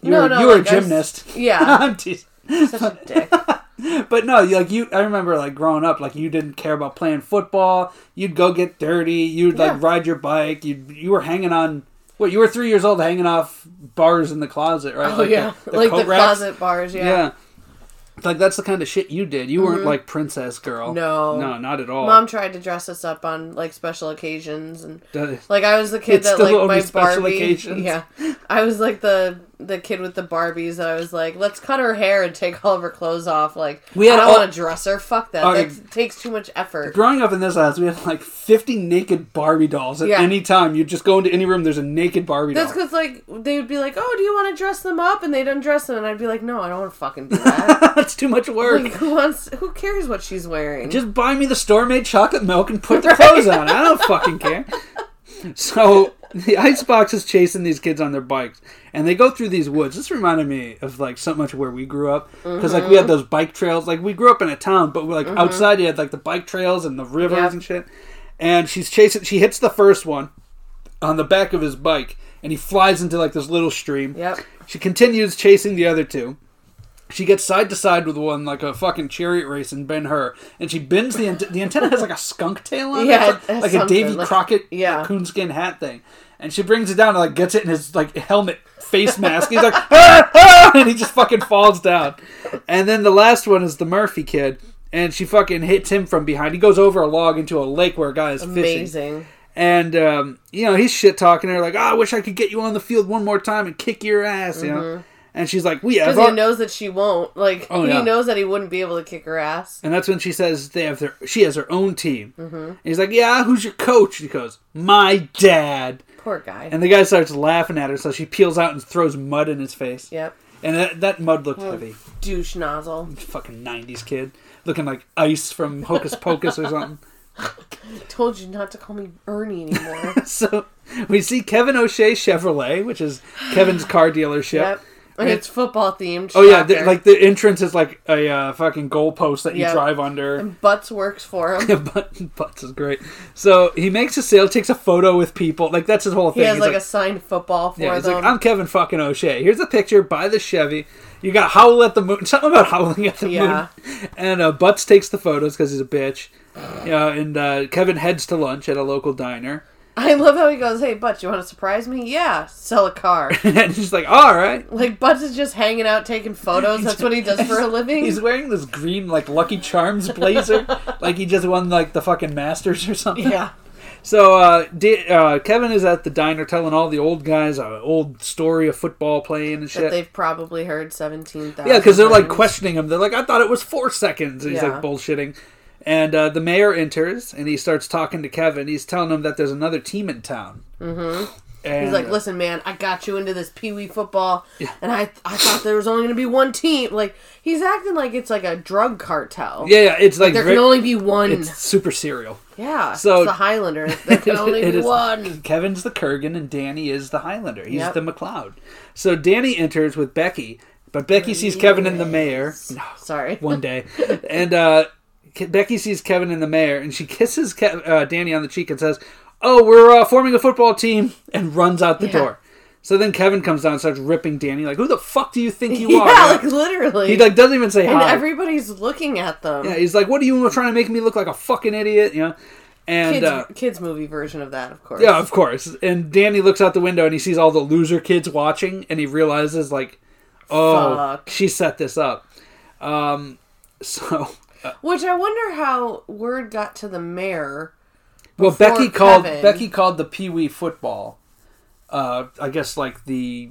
A: You
B: No,
A: were,
B: no,
A: you were
B: like,
A: a
B: I was-
A: gymnast.
B: yeah.
A: I'm teasing.
B: Such a dick.
A: but no, you- like you, I remember like growing up, like you didn't care about playing football. You'd go get dirty. You'd
B: Yeah.
A: like ride your bike. You you were hanging on. What you were three years old, hanging off bars in the closet, right?
B: Oh
A: Like the-
B: yeah, like
A: coat
B: the
A: racks.
B: closet bars. Yeah. Mm-hmm.
A: Yeah. Like that's the kind of shit you did. You weren't like princess girl.
B: No.
A: no, not at all.
B: Mom tried to dress us up on like special occasions, and
A: Duh.
B: like I was the kid
A: It's
B: that
A: still
B: like
A: only
B: my
A: special
B: Barbie.
A: occasions.
B: Yeah, I was like the the kid with the Barbies that I was like, let's cut her hair and take all of her clothes off. Like
A: We had
B: I
A: all-
B: don't want to dress her. Fuck that.
A: All
B: That
A: right.
B: takes too much effort.
A: Growing up in this house, we had like 50 naked Barbie dolls at
B: Yeah.
A: any time. You just go into any room, there's a naked Barbie
B: That's
A: doll.
B: because like they would be like, oh, do you want to dress them up? And they'd undress them, and I'd be like, no, I don't want to fucking do that.
A: That's too much work.
B: like who wants? Who cares what she's wearing?
A: Just buy me the store made chocolate milk and put the clothes on. I don't fucking care. So the icebox is chasing these kids on their bikes, and they go through these woods. This reminded me of like so much where we grew up, because like we
B: Mm-hmm.
A: had those bike trails. Like we grew up in a town, but like outside you had like the bike trails and the rivers
B: Yep.
A: and shit. And she's chasing. She hits the first one on the back of his bike, and he flies into like this little stream.
B: Yep.
A: She continues chasing the other two. She gets side to side with one like a fucking chariot race in Ben Hur, and she bends the ant- the antenna has like a skunk tail on it,
B: Yeah, it
A: It's like,
B: has
A: like a
B: something,
A: Davy
B: like-
A: Crockett
B: yeah.
A: coonskin hat thing, and she brings it down and like gets it in his like helmet face mask. He's like ah, ah! and he just fucking falls down, and then the last one is the Murphy kid, and she fucking hits him from behind. He goes over a log into a lake where a guy is fishing.
B: Amazing.
A: And um, you know, he's shit talking her like, oh, "I wish I could get you on the field one more time and kick your ass," you
B: Mm-hmm.
A: know. And she's like, "We have,"
B: Because
A: our-"
B: he knows that she won't. Like
A: Oh, yeah.
B: he knows that he wouldn't be able to kick her ass.
A: and that's when she says they have their. She has her own team. Mm-hmm. And he's like, "Yeah, who's your coach?" She goes, "My dad."
B: Poor guy.
A: And the guy starts laughing at her, so she peels out and throws mud in his face.
B: yep.
A: And that, that mud looked
B: Oh.
A: heavy.
B: Douche nozzle.
A: Fucking '90s kid, looking like ice from Hocus Pocus or something.
B: Told you not to call me Ernie anymore.
A: So we see Kevin O'Shea Chevrolet, which is Kevin's car dealership.
B: yep. And it's football themed.
A: Oh yeah, the, like the entrance is like a uh, fucking goalpost that you
B: Yeah.
A: drive under.
B: Butts works for him.
A: But Butts is great. So he makes a sale, takes a photo with people. Like that's his whole
B: He
A: thing.
B: has
A: He's
B: like, a signed football for
A: yeah, he's
B: them.
A: like, I'm Kevin fucking O'Shea. Here's a picture by the Chevy. You got howl at the moon. Something about howling at the
B: Yeah.
A: moon. And uh, Butts takes the photos because he's a bitch. Yeah, and uh, Kevin heads to lunch at a local diner,
B: I love how he goes, "Hey, Butts, you want to surprise me? Yeah, sell a car."
A: and he's like, "All right."
B: like Butts is just hanging out taking photos. That's what he does for a living.
A: He's wearing this green like Lucky Charms blazer, like he just won like the fucking Masters or something.
B: yeah.
A: So uh, D- uh, Kevin is at the diner telling all the old guys an old story of football playing and
B: That
A: shit.
B: they've probably heard seventeen thousand.
A: Yeah, because they're like questioning him. They're like, "I thought it was four seconds," and he's
B: Yeah.
A: like bullshitting. And uh, the mayor enters and he starts talking to Kevin. He's telling him that there's another team in town. Mm-hmm. And, uh,
B: He's like, listen, man, I got you into this pee wee football, and I I thought there was only going to be one team. Like he's acting like it's like a drug cartel.
A: yeah, yeah, it's like
B: there
A: very-
B: can only be one.
A: it's super serial.
B: yeah,
A: so-
B: it's the Highlander. There can only
A: It
B: be
A: is-
B: one.
A: Kevin's the Kurgan and Danny is the Highlander. He's
B: Yep.
A: the McLeod. So Danny enters with Becky, but Becky sees Kevin and the mayor. No,
B: Sorry.
A: one day. and uh, Ke- Becky sees Kevin and the mayor, and she kisses Ke- uh, Danny on the cheek and says, "Oh, we're uh, forming a football team," and runs out the
B: Yeah.
A: door. So then Kevin comes down and starts ripping Danny, like, "Who the fuck do you think you
B: yeah,
A: are?" man?"
B: like literally.
A: he like doesn't even say
B: and
A: hi.
B: everybody's looking at them.
A: Yeah, he's like, "What are you trying to make me look like a fucking idiot?" You know. And
B: kids,
A: uh,
B: kids movie version of that, of course.
A: yeah, of course. And Danny looks out the window and he sees all the loser kids watching, and he realizes like, oh,
B: Fuck.
A: she set this up. Um, so
B: Which I wonder how word got to the mayor.
A: well,
B: Before
A: Becky called
B: Kevin.
A: Becky called the Pee Wee football. Uh, I guess like the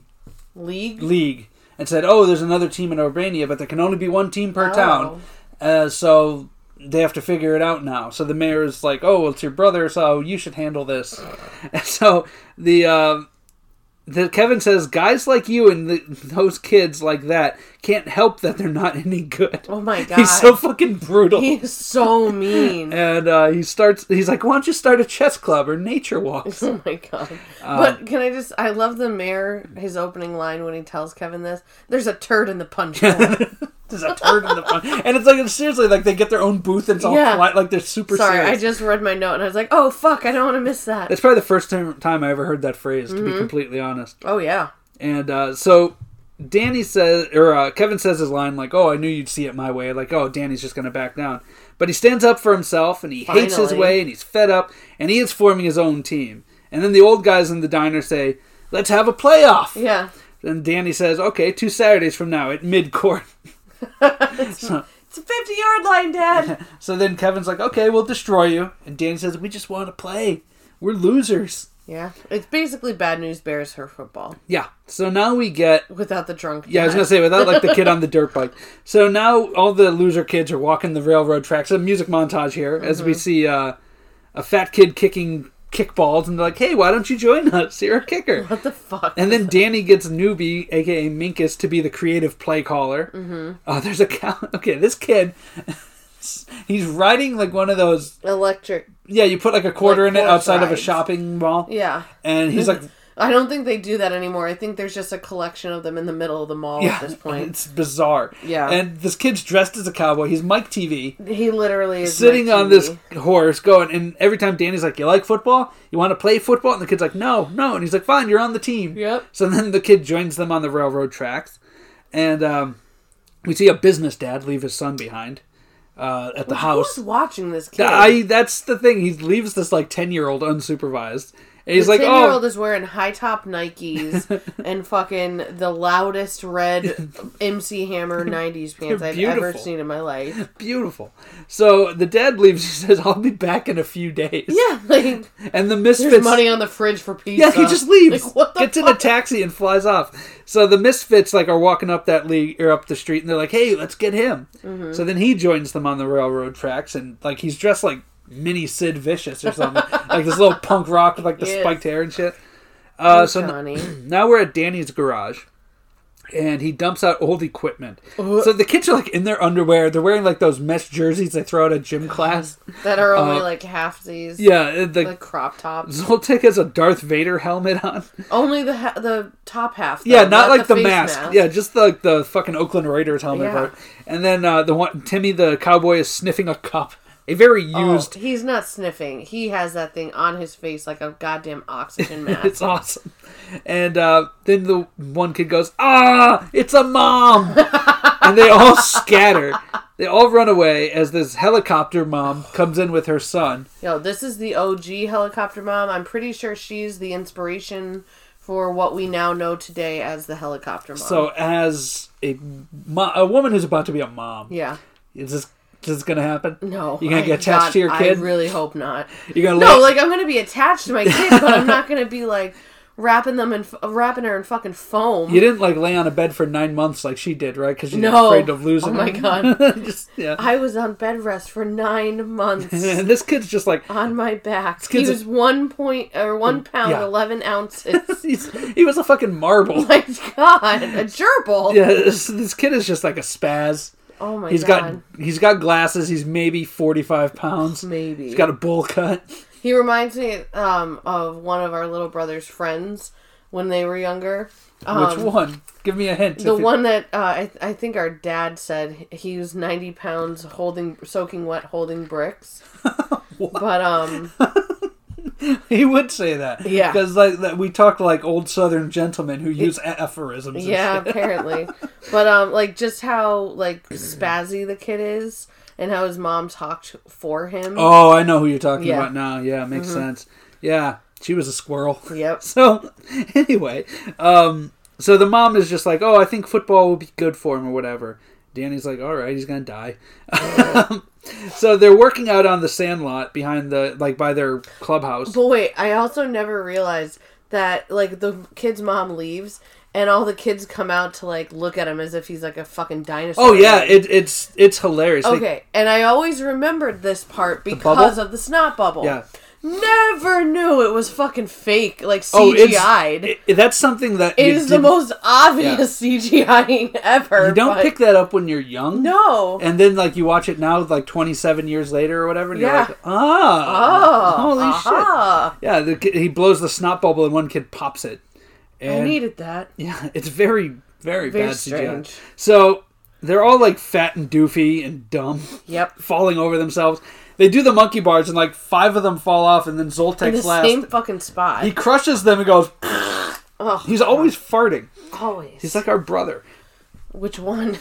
B: League.
A: league and said, "Oh, there's another team in Albania, but there can only be one team per
B: Oh.
A: town." Uh, so they have to figure it out now. So the mayor is like, "Oh, well, it's your brother, so you should handle this." And so the um the Kevin says, "Guys like you and the, those kids like that can't help that they're not any good."
B: Oh my god.
A: He's so fucking brutal.
B: He is so mean.
A: and uh, he starts. He's like, "Why don't you start a chess club or nature walks?"
B: Oh my god.
A: uh,
B: but can I just I love the mayor his opening line when he tells Kevin this. There's a turd in the punch bowl.
A: There's a turd in the and it's like it's seriously like they get their own booth and it's all
B: Yeah.
A: fly, like they're super.
B: Sorry,
A: serious.
B: I just read my note and I was like, "Oh fuck, I don't want to miss that."
A: That's probably the first time, time I ever heard that phrase, to
B: Mm-hmm.
A: be completely honest.
B: Oh yeah.
A: And uh, so Danny says, or uh, Kevin says his line, like, oh, I knew you'd see it my way. Like, oh, Danny's just going to back down. But he stands up for himself and he hates his
B: Finally.
A: way and he's fed up and he is forming his own team. And then the old guys in the diner say, let's have a playoff.
B: Yeah.
A: And Danny says, okay, two Saturdays from now at mid court.
B: It's a 50-yard line, dad.
A: So then Kevin's like, okay, we'll destroy you. And Danny says, we just want to play. We're losers.
B: yeah. It's basically bad news bears her football
A: Yeah. So now we get
B: without the drunk.
A: Yeah, I was gonna say without like the kid on the dirt bike. So now all the loser kids are walking the railroad tracks. A music montage here as we see uh, a fat kid kicking kickballs, and they're like, "Hey, why don't you join us? You're a kicker."
B: what the fuck?
A: And then Danny gets newbie, aka Minkus, to be the creative play caller. Mm-hmm. Oh, there's a cow. Okay, this kid, he's riding like one of those.
B: electric.
A: Yeah, you put like a quarter
B: Like
A: in it
B: horse
A: outside of a
B: rides.
A: shopping mall,
B: Yeah.
A: and he's like
B: I don't think they do that anymore. I think there's just a collection of them in the middle of the mall at this point.
A: It's bizarre.
B: Yeah.
A: And this kid's dressed as a cowboy. He's Mike TV
B: He literally is
A: sitting
B: my
A: on this
B: TV.
A: horse going and every time Danny's like, You like football? You wanna play football? And the kid's like, No, no and he's like, Fine, you're on the team.
B: Yep.
A: So then the kid joins them on the railroad tracks and um, we see a business dad leave his son behind uh, at the house.
B: Who's watching this kid?
A: I that's the thing. He leaves this like ten year old unsupervised. And he's
B: The
A: like,
B: ten year old
A: Oh
B: is wearing high top Nikes and fucking the loudest red MC Hammer '90s pants I've ever
A: beautiful.
B: seen in my life.
A: beautiful. So the dad leaves, he says, I'll be back in a few days.
B: Yeah, like
A: And the
B: there's
A: misfits.
B: money on the fridge for pizza.
A: yeah, he just leaves.
B: Like, what the
A: gets
B: fuck?
A: in a taxi and flies off. So the misfits like are walking up that league or up the street, and they're like, "Hey, let's get him."
B: Mm-hmm.
A: So then he joins them on the railroad tracks, and like he's dressed like mini Sid Vicious or something, like this little punk rock with like the
B: Yes.
A: spiked hair and shit. Uh, so n-
B: Johnny.
A: now we're at Danny's garage, and he dumps out old equipment. So the kids are like in their underwear. They're wearing like those mesh jerseys they throw out at gym class.
B: that are only like halfsies.
A: uh, Yeah, the
B: like crop tops.
A: Zoltik has a Darth Vader helmet on.
B: Only the ha- the top half. though,
A: Yeah, not, like the,
B: face
A: mask. Yeah, just the, like the fucking Oakland Raiders helmet
B: Yeah.
A: part. And then uh, the one Timmy the cowboy is sniffing a cup, a very
B: Oh,
A: used.
B: he's not sniffing. He has that thing on his face like a goddamn oxygen mask.
A: It's awesome. And uh, then the one kid goes, "Ah, it's a mom!" and they all scatter. They all run away as this helicopter mom comes in with her son.
B: Yo, this is the OG helicopter mom. I'm pretty sure she's the inspiration for what we now know today as the helicopter mom.
A: So as a mo- a woman who's about to be a mom,
B: yeah,
A: is this is this gonna happen?
B: no,
A: You gonna
B: I-
A: get attached
B: God,
A: to your kid?
B: I really hope not.
A: You're gonna
B: No,
A: let-
B: like I'm gonna be attached to my kid, but I'm not gonna be like wrapping them in wrapping her in fucking foam.
A: You didn't like lay on a bed for nine months like she did, right? Because she's
B: No.
A: afraid of losing.
B: Oh my
A: her.
B: God.
A: Just- yeah.
B: I was on bed rest for nine months
A: And this kid's just like
B: on my back. He
A: kid's a-
B: was one point or one pound
A: Mm, Yeah.
B: eleven ounces.
A: he's, he was a fucking marble.
B: my God, a gerbil.
A: Yeah, this, this kid is just like a spaz.
B: Oh my
A: He's
B: God.
A: got he's got glasses. He's maybe forty five pounds.
B: Maybe
A: He's got a bowl cut.
B: He reminds me um, of one of our little brother's friends when they were younger. Um,
A: Which one? Give me a hint.
B: The
A: if you-
B: one that uh, I, I think our dad said he was 90 pounds holding, soaking wet, holding bricks. but um,
A: he would say that.
B: Yeah.
A: Because like that we talk like old Southern gentlemen who use aphorisms. and
B: Yeah,
A: shit.
B: apparently. But um, like just how like spazzy the kid is, and how his mom talked for him.
A: Oh, I know who you're talking
B: Yeah. Mm-hmm.
A: about now. Yeah, makes sense. Yeah, she was a squirrel.
B: Yep.
A: So anyway, um, so the mom is just like, "Oh, I think football will be good for him or whatever." Danny's like, "All right, he's gonna die." so they're working out on the sand lot behind the like by their clubhouse.
B: But wait, I also never realized that like the kid's mom leaves, and all the kids come out to like look at him as if he's like a fucking dinosaur.
A: Oh yeah, it, it's it's hilarious. They-
B: Okay, and I always remembered this part
A: bubble?
B: because of the snot bubble.
A: Yeah.
B: Never knew it was fucking fake, like
A: Oh, it's-
B: CGI'd. It
A: it- that's something that you
B: is the
A: didn't-
B: most obvious CGIing ever.
A: You don't
B: but-
A: pick that up when you're young.
B: No.
A: And then like you watch it now, like 27 years later or whatever, and you're
B: Yeah.
A: like, ah,
B: Oh,
A: holy shit.
B: aha.
A: Yeah, the, kid- he blows the snot bubble and one kid pops it. And
B: I needed that.
A: yeah, it's very, very,
B: Very
A: bad CGI.
B: strange.
A: So they're all like fat and doofy and dumb,
B: Yep.
A: falling over themselves. They do the monkey bars and like five of them fall off, and then
B: In the
A: Zoltek's last.
B: same fucking spot.
A: He crushes them and goes.
B: oh,
A: He's always farting.
B: always.
A: He's like our brother.
B: Which one?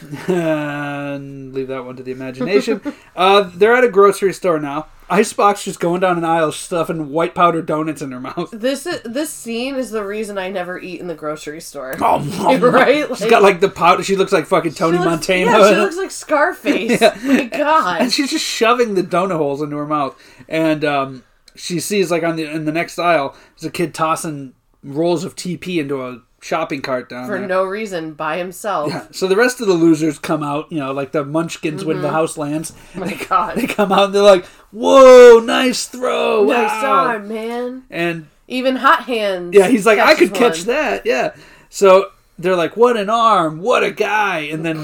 A: and leave that one to the imagination. uh, they're at a grocery store now. Icebox just going down an aisle, stuffing white powder donuts in her mouth.
B: This is this scene is the reason I never eat in the grocery store.
A: Oh,
B: Right?
A: She's got like the powder. She looks like fucking Tony
B: She looks-
A: Montana.
B: Yeah, she looks like Scarface. My God.
A: and she's just shoving the donut holes into her mouth. And um, she sees like on the in the next aisle, there's a kid tossing rolls of TP into a shopping cart down
B: For
A: there.
B: no reason, by himself.
A: so the rest of the losers come out, you know, like the Munchkins when the house lands.
B: Mm-hmm. Oh My
A: They
B: God.
A: come out and they're like, "Whoa, nice throw!
B: Nice
A: wow."
B: arm, man.
A: And
B: Even Hot Hands.
A: yeah, he's like, I
B: catches
A: could catch
B: one.
A: that. Yeah. So they're like, what an arm, what a guy. And then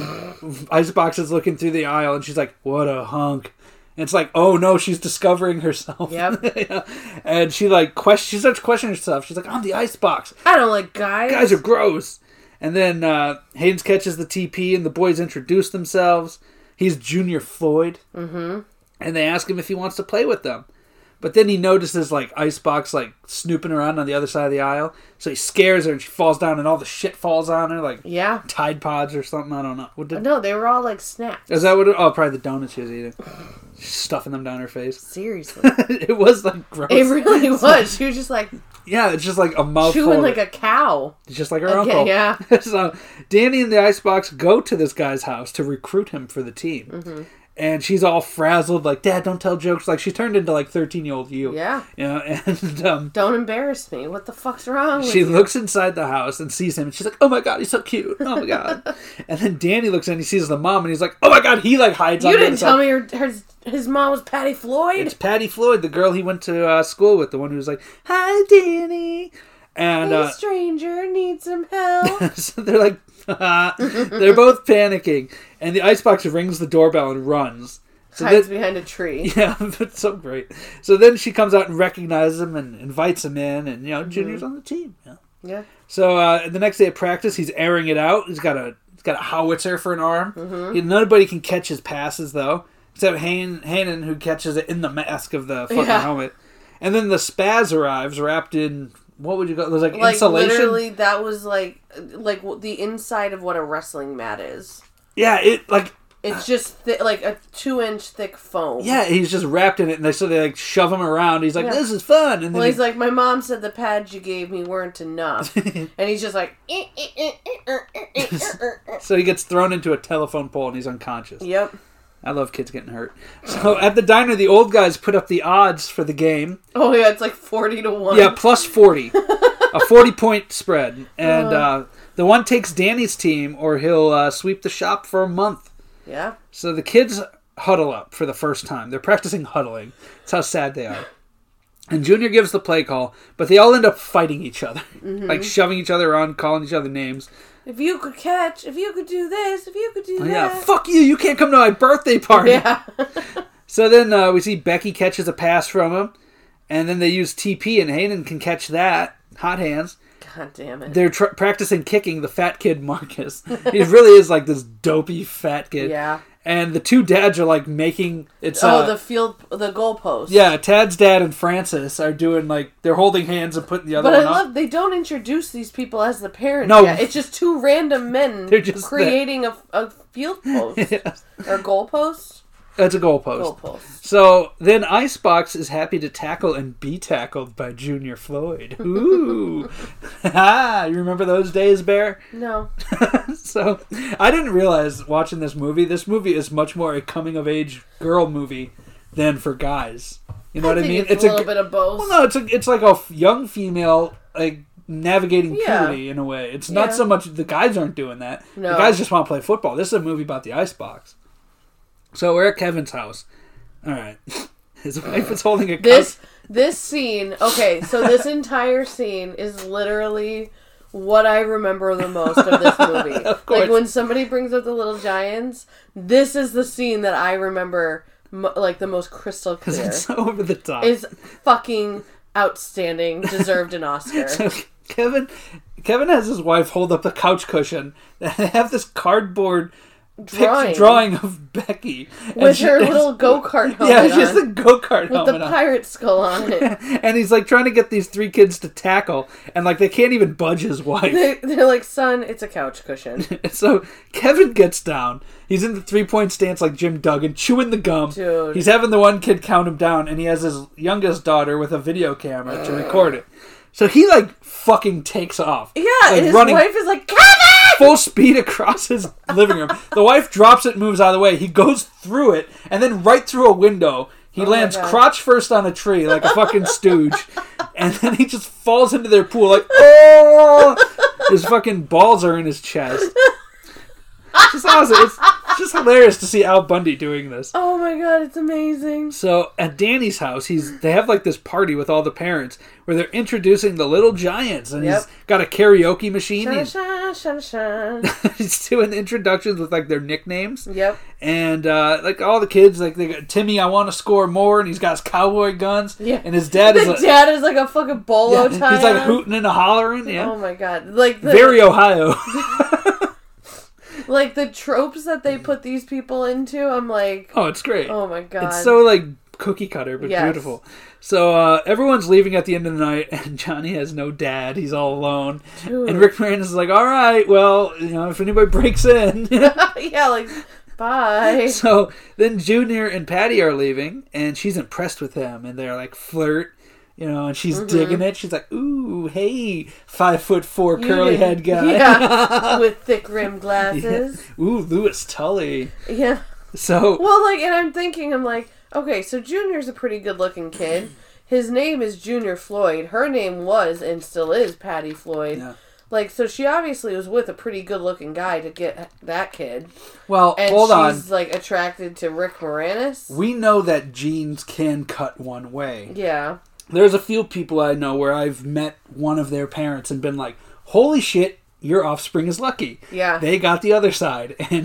A: Icebox is looking through the aisle and she's like, what a hunk. And it's like, oh no, she's discovering herself.
B: Yep.
A: Yeah. And she like question, she starts questioning herself. She's like, I'm the Icebox.
B: I don't like guys.
A: Guys are gross. And then uh, Haynes catches the TP and the boys introduce themselves. He's Junior Floyd. Mm-hmm. And they ask him if he wants to play with them. But then he notices like Icebox like snooping around on the other side of the aisle. So he scares her and she falls down and all the shit falls on her like
B: yeah.
A: Tide Pods or something. I don't know. What did,
B: No, they were all like snaps.
A: is that what? It, oh, probably the donuts she was eating. Stuffing them down her face.
B: Seriously.
A: it was like gross.
B: it really was. She was just like
A: yeah, it's just like a mouthful.
B: chewing
A: of
B: like
A: it.
B: a cow.
A: It's just like her
B: Okay,
A: uncle.
B: yeah.
A: so Danny and the Icebox go to this guy's house to recruit him for the team.
B: Mm-hmm.
A: And she's all frazzled, like, Dad, don't tell jokes. Like, she turned into like 13 year old you.
B: Yeah.
A: You know, and um,
B: Don't embarrass me. What the fuck's wrong with
A: she
B: you?
A: looks inside the house and sees him. And she's like, Oh my God, he's so cute. Oh my God. and then Danny looks in and he sees the mom and he's like, Oh my God, he like hides on
B: You
A: the
B: didn't
A: other
B: tell
A: side.
B: me her, her, his mom was Patty Floyd.
A: It's Patty Floyd, the girl he went to uh, school with, the one who was like, Hi, Danny. And
B: hey,
A: uh,
B: stranger, need some help.
A: so they're like, they're both panicking, and the icebox rings the doorbell and runs. So
B: Hides
A: then,
B: behind a tree.
A: yeah, that's so great. So then she comes out and recognizes him and invites him in, and you
B: Mm-hmm.
A: know, Junior's on the team. Yeah.
B: Yeah.
A: So uh, the next day at practice, he's airing it out. He's got a he's got a howitzer for an arm.
B: Mm-hmm.
A: He- nobody can catch his passes though, except Han- Hanan, who catches it in the mask of the fucking
B: Yeah.
A: helmet. And then the spaz arrives wrapped in what would you call? There's like,
B: Like
A: insulation.
B: literally, that was like like w- the inside of what a wrestling mat is.
A: Yeah, it like
B: It's just th- like a two inch thick foam.
A: Uh, Yeah, he's just wrapped in it, and they so they like shove him around. He's like,
B: Yeah.
A: "This is fun," and then
B: Well,
A: he-
B: he's like, my mom said the pads you gave me weren't enough, and he's just like, "Eh, eh, eh, eh, eh, eh, eh, eh, eh, eh."
A: so he gets thrown into a telephone pole, and he's unconscious.
B: yep.
A: I love kids getting hurt. So at the diner, the old guys put up the odds for the game.
B: Oh yeah, it's like forty to one.
A: Yeah, plus forty, a forty-point spread, and uh, the one takes Danny's team, or he'll uh, sweep the shop for a month.
B: Yeah.
A: So the kids huddle up for the first time. They're practicing huddling. That's how sad they are. And Junior gives the play call, but they all end up fighting each other,
B: Mm-hmm.
A: like shoving each other around, calling each other names.
B: If you could catch, if you could do this, if you could do
A: Oh, Yeah,
B: that.
A: fuck you! You can't come to my birthday party.
B: Yeah.
A: So then uh, we see Becky catches a pass from him, and then they use TP, and Hayden can catch that. Hot hands.
B: God damn it.
A: They're tr- practicing kicking the fat kid Marcus. he really is like this dopey fat kid.
B: Yeah.
A: and the two dads are like making it's uh,
B: oh, the field, the goalpost.
A: yeah, Tad's dad and Francis are doing like they're holding hands and putting the other
B: But I
A: one up.
B: love they don't introduce these people as the parents.
A: No.
B: yet. it's just two random men
A: They're just
B: creating a, a field post or goalpost.
A: That's a goalpost.
B: Goalpost.
A: So then Icebox is happy to tackle and be tackled by Junior Floyd. Ooh. ah, you remember those days, Bear?
B: No,
A: so I didn't realize watching this movie, this movie is much more a coming of age girl movie than for guys. You know
B: I
A: what I
B: think
A: mean?
B: It's, a little
A: g-
B: bit of both.
A: Well, no, it's a, it's like a f- young female like navigating
B: Yeah.
A: puberty in a way. It's not
B: Yeah.
A: so much the guys aren't doing that. The
B: No.
A: guys just want to play football. This is a movie about the icebox. So we're at Kevin's house. All right, his wife is holding a cup.
B: This this scene, okay, so this entire scene is literally what I remember the most of this movie.
A: Of course.
B: like when somebody brings up the little giants, this is the scene that I remember mo- like the most crystal clear.
A: It's so over the top.
B: Is fucking outstanding, deserved an Oscar.
A: So Kevin, Kevin has his wife hold up the couch cushion. They have this cardboard picture-
B: Drawing.
A: drawing of Becky and
B: With
A: she-
B: her
A: it's-
B: little go kart helmet
A: yeah, she
B: on,
A: has the go kart
B: with
A: helmet
B: the
A: on.
B: pirate skull on it.
A: and he's like trying to get these three kids to tackle, and like they can't even budge his wife.
B: They, they're like, son, it's a couch cushion.
A: so Kevin gets down. He's in the three point stance like Jim Duggan, chewing the gum.
B: Dude.
A: He's having the one kid count him down, and he has his youngest daughter with a video camera to record it. So he like fucking takes off.
B: Yeah,
A: like,
B: and his
A: running
B: wife is like, Kevin!
A: full speed across his living room. The wife drops it, moves out of the way. He goes through it, and then right through a window. He
B: Oh my
A: lands
B: God.
A: crotch first on a tree like a fucking stooge, and then he just falls into their pool like oh, his fucking balls are in his chest. It's just awesome. It's just hilarious to see Al Bundy doing this.
B: Oh my god, it's amazing.
A: So at Danny's house, he's they have like this party with all the parents where they're introducing the little giants, and he's got a karaoke machine.
B: Shun,
A: He's
B: shun, shun, shun.
A: he's doing introductions with like their nicknames
B: Yep.
A: and uh, like all the kids like they got timmy i want to score more and he's got his cowboy guns
B: Yeah.
A: and his dad is
B: the
A: like,
B: dad is like a fucking bolo
A: yeah,
B: tie.
A: he's like
B: on.
A: hooting and a hollering yeah
B: Oh my god. Like the
A: very ohio
B: like the tropes that they put these people into, I'm like
A: oh it's great
B: Oh my god.
A: it's so like cookie cutter but
B: Yes.
A: beautiful so uh, everyone's leaving at the end of the night and johnny has no dad he's all alone
B: Dude.
A: and rick moranis is like all right well you know if anybody breaks in
B: yeah, like bye.
A: So then Junior and Patty are leaving, and she's impressed with them, and they're like flirt, you know, and she's
B: Mm-hmm.
A: digging it. She's like, "Ooh, hey, five foot four
B: You
A: curly
B: did-
A: head guy.
B: Yeah. with thick rimmed glasses.
A: Ooh, Louis Tully."
B: Yeah.
A: So
B: Well like and I'm thinking I'm like, okay, so Junior's a pretty good looking kid. His name is Junior Floyd. Her name was and still is Patty Floyd.
A: Yeah.
B: Like so she obviously was with a pretty good looking guy to get that kid.
A: well,
B: And
A: hold on.
B: she's like attracted to Rick Moranis.
A: We know that jeans can cut one way.
B: Yeah.
A: There's a few people I know where I've met one of their parents and been like, "Holy shit, your offspring is lucky."
B: Yeah.
A: They got the other side, and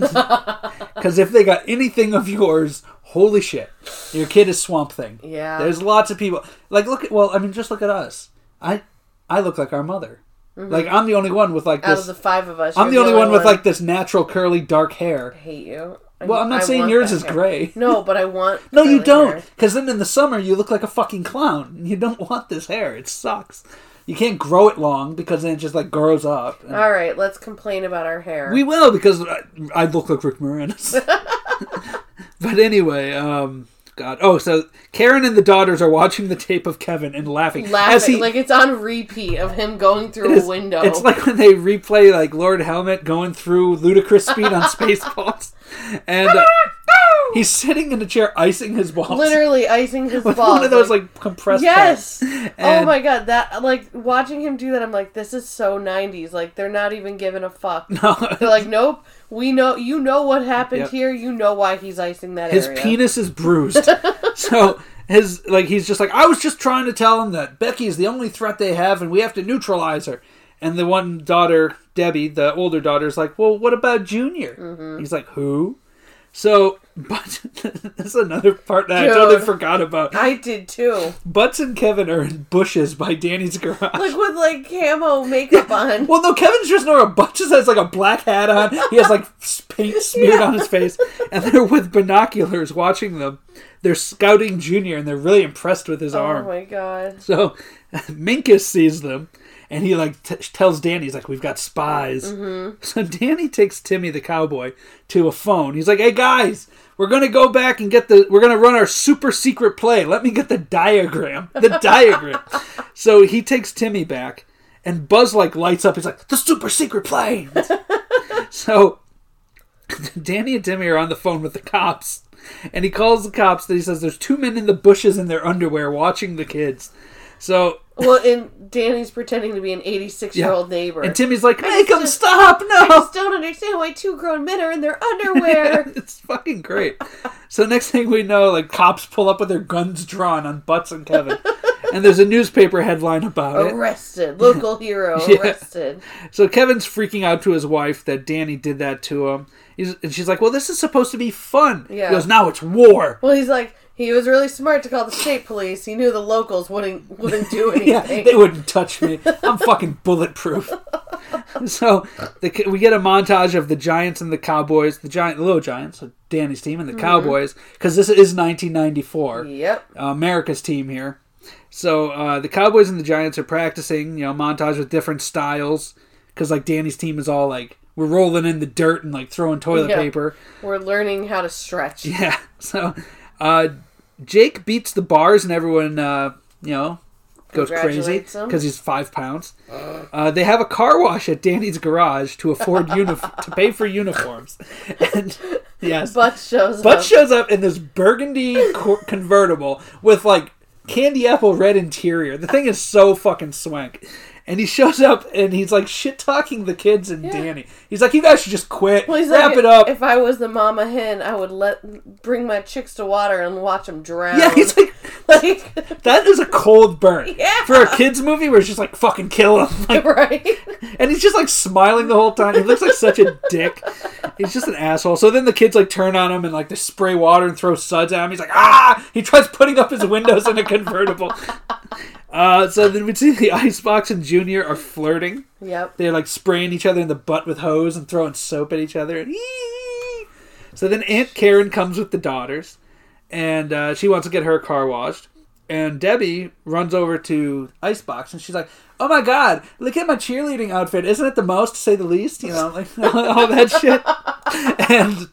A: because if they got anything of yours, holy shit, your kid is Swamp Thing.
B: yeah.
A: There's lots of people like look at well, I mean just look at us. I I look like our mother. Like I'm the only one with like
B: Mm-hmm. Out of
A: this
B: the five of us,
A: I'm the
B: you're
A: only one with like this natural curly dark hair.
B: I hate you. I-
A: Well, I'm not
B: I
A: saying
B: want
A: yours
B: that
A: is
B: hair.
A: gray.
B: No, but I want.
A: No, you
B: curly
A: don't.
B: hair.
A: Cuz then in the summer you look like a fucking clown. You don't want this hair. It sucks. You can't grow it long because then it just like grows up. And
B: All right, let's complain about our hair.
A: we will because I, I look like Rick Moranis. but anyway, um God. Oh, so Karen and the daughters are watching the tape of Kevin and laughing. As
B: laughing
A: he,
B: like it's on repeat of him going through
A: It's-
B: a window.
A: It's like when they replay like Lord Helmet going through ludicrous speed on Spaceballs, and uh, he's sitting in a chair icing his balls.
B: literally icing his balls.
A: one of those like compressed.
B: yes.
A: balls.
B: oh
A: And-
B: my god, that like watching him do that, I'm like, this is so 90s. Like they're not even giving a fuck.
A: Oh,
B: They're like, nope. We know you know what happened
A: Yep.
B: here. You know why he's icing that
A: his
B: area.
A: penis is bruised. so his like he's just like I was just trying to tell him that Becky is the only threat they have, and we have to neutralize her. And the one daughter, Debbie, the older daughter, is like, "Well, what about Junior?" He's like, "Who?" So, but that's another part that I totally
B: Dude.
A: forgot about.
B: I did too.
A: Butts and Kevin are in bushes by Danny's garage.
B: Like with like camo makeup on.
A: Well, no, Kevin's just wearing a bunch of has like a black hat on. He has like s- paint smeared on his face, and they're with binoculars watching them. They're scouting Junior, and they're really impressed with his
B: Oh
A: arm.
B: my god.
A: So Minkus sees them, and he like t- tells Danny, he's like, "We've got spies." So Danny takes Timmy the cowboy to a phone. He's like, "Hey guys, we're gonna go back and get the. We're gonna run our super secret play. Let me get the diagram. The diagram." so he takes Timmy back, and Buzz like lights up. He's like, "The super secret play." so Danny and Timmy are on the phone with the cops. And he calls the cops and he says there's two men in the bushes in their underwear watching the kids. So
B: Well, and Danny's pretending to be an 86 year old neighbor.
A: and Timmy's like, make
B: just-
A: him stop!
B: I
A: No,
B: just don't understand why two grown men are in their underwear.
A: it's fucking great. so next thing we know, like cops pull up with their guns drawn on Butts and Kevin, and there's a newspaper headline
B: Oh,
A: about it.
B: arrested. Local hero
A: Yeah.
B: arrested.
A: So Kevin's freaking out to his wife that Danny did that to him. He's, and she's like, "Well, this is supposed to be fun."
B: Yeah.
A: He goes, "Now it's war."
B: Well, he's like, he was really smart to call the state police. He knew the locals wouldn't wouldn't do anything.
A: Yeah, they wouldn't touch me. I'm fucking bulletproof. so the, we get a montage of the Giants and the Cowboys, the giant, the little Giants, so Danny's team, and the Cowboys, because this is 1994,
B: Mm-hmm. Yep.
A: uh, America's team here. So uh, the Cowboys and the Giants are practicing, you know, montage with different styles, because like Danny's team is all like we're rolling in the dirt and like throwing toilet
B: Yeah.
A: paper.
B: We're learning how to stretch.
A: Yeah. So uh, Jake beats the bars and everyone, uh, you know, goes crazy
B: Congratulates him.
A: because he's five pounds. Uh, they have a car wash at Danny's garage to afford unif- to pay for uniforms. And yes,
B: Butt shows
A: Butch
B: up.
A: shows up in this burgundy co- convertible with like candy apple red interior. The thing is so fucking swank. And he shows up and he's like shit talking the kids and Danny. He's like, "You guys should just quit,
B: Well, he's
A: wrap
B: like,
A: it up."
B: If I was the mama hen, I would let bring my chicks to water and watch them drown.
A: yeah, he's like,
B: like,
A: That is a cold burn.
B: Yeah.
A: For a kids movie where it's just like fucking kill him. Like
B: right?
A: and he's just like smiling the whole time. He looks like such a dick. He's just an asshole. So then the kids like turn on him and like they spray water and throw suds at him. He's like, ah he tries putting up his windows in a convertible. Uh, so then we see the Icebox and Junior are flirting.
B: Yep.
A: They're like spraying each other in the butt with hose and throwing soap at each other. And "Ee." so then Aunt Karen comes with the daughters, and uh, she wants to get her car washed. And Debbie runs over to Icebox, and she's like, "Oh my God, look at my cheerleading outfit! Isn't it the most, to say the least? You know, like all that shit." And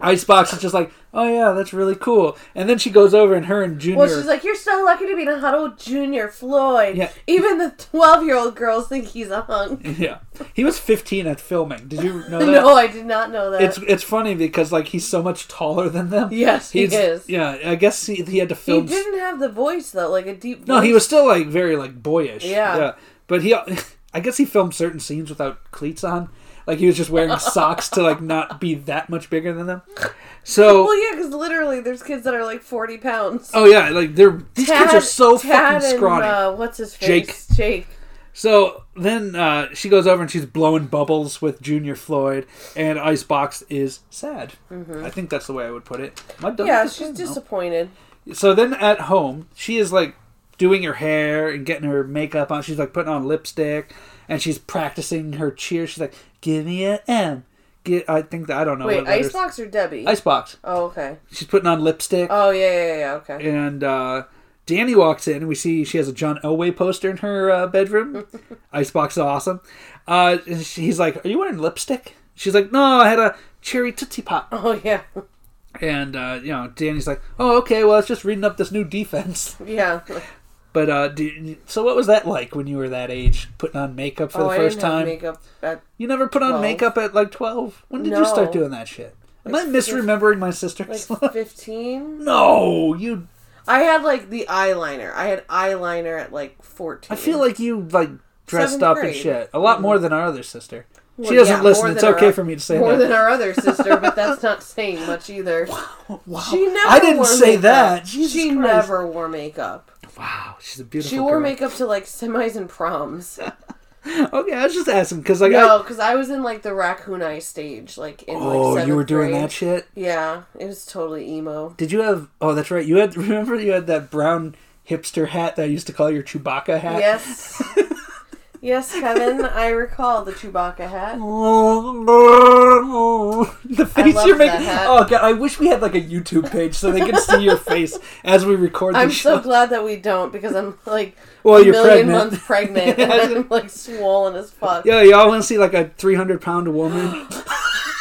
A: Icebox is just like, "Oh yeah, that's really cool." And then she goes over, and her and Junior.
B: Well, she's like, you're so lucky to be in a huddle, with Junior Floyd.
A: Yeah.
B: Even the 12 year old girls think he's a hunk.
A: yeah, he was 15 at filming. Did you know that?
B: No, I did not know that.
A: It's it's funny because like he's so much taller than them.
B: Yes, he
A: he's,
B: is.
A: Yeah, I guess he, he had to
B: he
A: film.
B: didn't have the voice though, like a deep.
A: no, he
B: voice.
A: was still like very like boyish.
B: Yeah.
A: but he, I guess he filmed certain scenes without cleats on. Like he was just wearing socks to like not be that much bigger than them. So
B: Well, yeah, because literally, there's kids that are like 40 pounds.
A: oh yeah, like they're these kids are
B: Tad-
A: so
B: Tad
A: fucking scrawny.
B: And, uh, what's his face? Jake. Jake.
A: So then uh, she goes over and she's blowing bubbles with Junior Floyd, and Icebox is sad. I think that's the way I would put it. My dog
B: Mm-hmm. Yeah,
A: is Oh, sad
B: she's
A: now.
B: disappointed.
A: So then at home, she is like doing her hair and getting her makeup on. She's like putting on lipstick and she's practicing her cheer. She's like, "Give me a M." Get, I think that I don't know.
B: Wait,
A: what letters-
B: Icebox or Debbie?
A: Icebox.
B: oh, okay.
A: She's putting on lipstick,
B: Oh, yeah, yeah, yeah, okay.
A: and uh, Danny walks in, and we see she has a John Elway poster in her uh, bedroom. Icebox is awesome. Uh, and she- he's like, "Are you wearing lipstick?" She's like, "No, I had a cherry tootsie pop."
B: Oh, yeah.
A: And uh, you know, Danny's like, "Oh, okay. Well, it's just reading up this new defense."
B: Yeah.
A: But uh, do, so what was that like when you were that age, putting on makeup for
B: oh,
A: the
B: I
A: first
B: didn't have
A: time?
B: makeup at
A: you never put on
B: 12.
A: makeup at like twelve. When did you
B: No.
A: start doing that shit? Am I misremembering my sisters?
B: like 15.
A: no, you.
B: I had like the eyeliner. I had eyeliner at like 14.
A: I feel like you like dressed
B: Seventh
A: up and
B: grade. Mm-hmm.
A: shit a lot more than our other sister.
B: Well,
A: she doesn't
B: yeah,
A: listen.
B: more
A: It's
B: than
A: okay
B: our-
A: for me to say
B: more
A: that.
B: than our other sister, but that's not saying much either.
A: wow,
B: She never
A: I didn't
B: wore
A: say
B: makeup.
A: that. Jesus
B: she
A: Christ.
B: never wore makeup.
A: Wow, she's a beautiful.
B: She wore
A: girl.
B: makeup to like semis and proms.
A: Okay, I was just asking because like, I,
B: No, because I was in like the raccoon eye stage, like in
A: oh,
B: like
A: you were
B: seventh
A: doing
B: grade.
A: that shit.
B: Yeah, it was totally emo.
A: Did you have? Oh, that's right. You had. Remember, you had that brown hipster hat that I used to call your Chewbacca hat.
B: Yes. yes, Kevin, I recall the Chewbacca
A: Oh,
B: hat.
A: The face
B: love
A: you're
B: that
A: making.
B: hat.
A: Oh god, I wish we had like a YouTube page so they could see your face as we record the
B: I'm so
A: show.
B: glad that we don't because I'm like
A: Well,
B: a
A: you're
B: million
A: pregnant.
B: months pregnant and I'm like swollen as fuck.
A: Yeah, y'all want to see like a 300 pound woman?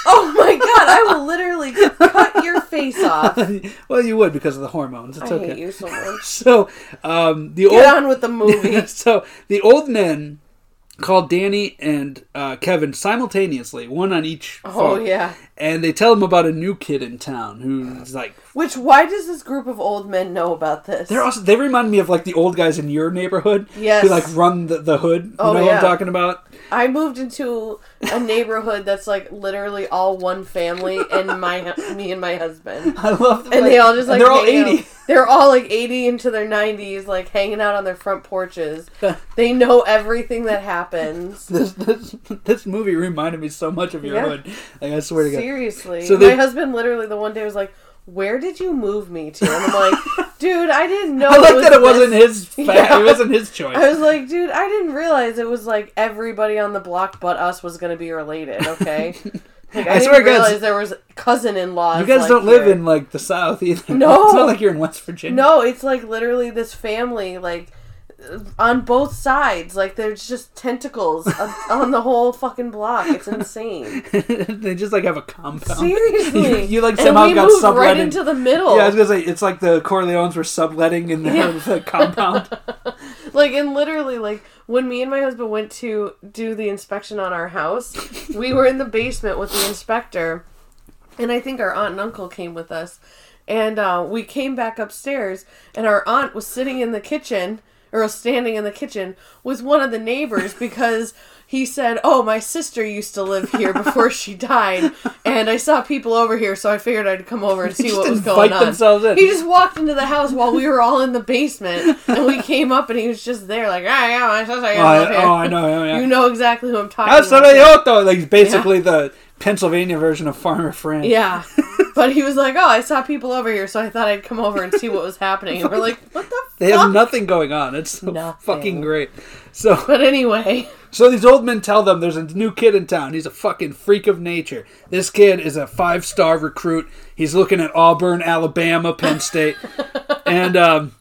B: Oh my god, I will literally cut your face off.
A: well, you would because of the hormones. It's
B: I
A: okay.
B: hate you so much.
A: So, um, the
B: Get
A: old
B: on with the movie.
A: so the old men call Danny and uh, Kevin simultaneously, one on each.
B: Oh
A: phone.
B: yeah.
A: and they tell him about a new kid in town who's like
B: Which why does this group of old men know about this?
A: They're also they remind me of like the old guys in your neighborhood
B: Yes.
A: who like run the, the hood. You
B: Oh,
A: know what
B: yeah.
A: I'm talking about?
B: I moved into a neighborhood that's like literally all one family and my me and my husband.
A: I love them,
B: And they all just like
A: and they're all
B: hang out.
A: eighty.
B: They're all like eighty into their nineties, like hanging out on their front porches. they know everything that happens.
A: This, this this movie reminded me so much of your
B: Yeah.
A: hood. Like I swear to God.
B: Seriously,
A: So they-
B: my husband literally the one day was like, "Where did you move me to?" And I'm like, "Dude, I didn't know."
A: I like that it wasn't
B: this."
A: his fa-
B: Yeah.
A: it wasn't his choice.
B: I was like, "Dude, I didn't realize it was like everybody on the block but us was gonna be related." Okay. Like, I,
A: I
B: didn't
A: swear to God,
B: realize there was cousin-in-law.
A: you guys don't live in like the South either.
B: No.
A: It's not like you're in West Virginia.
B: No, it's like literally this family, like on both sides. Like there's just tentacles on, on the whole fucking block. It's insane.
A: they just like have a compound.
B: Seriously,
A: You, you, like
B: And
A: somehow
B: we
A: got
B: moved
A: subletted.
B: right into the middle.
A: yeah, I was gonna say it's like the Corleones were subletting in the,
B: Yeah.
A: the compound.
B: like and literally, like when me and my husband went to do the inspection on our house, we were in the basement with the inspector, and I think our aunt and uncle came with us, and uh, we came back upstairs, and our aunt was sitting in the kitchen or was standing in the kitchen with one of the neighbors because. He said, "Oh, my sister used to live here before she died, and I saw people over here, so I figured I'd come over and see
A: just
B: what was
A: invite
B: going on."
A: themselves in.
B: He just walked into the house while we were all in the basement, and we came up, and he was just there, like, ah, yeah, my sister, I
A: Oh,
B: gotta live
A: I,
B: here."
A: oh, I know. yeah, yeah.
B: You know exactly who I'm talking
A: That's
B: about.
A: somebody Otto. Like basically the Pennsylvania version of Farmer Fran.
B: Yeah. But he was like, "Oh, I saw people over here, so I thought I'd come over and see what was happening." And we're like, "What the?"
A: They have nothing going on. It's so
B: Nothing.
A: fucking great. So
B: But anyway,
A: so these old men tell them there's a new kid in town. He's a fucking freak of nature. This kid is a five star recruit. He's looking at Auburn, Alabama, Penn State. and um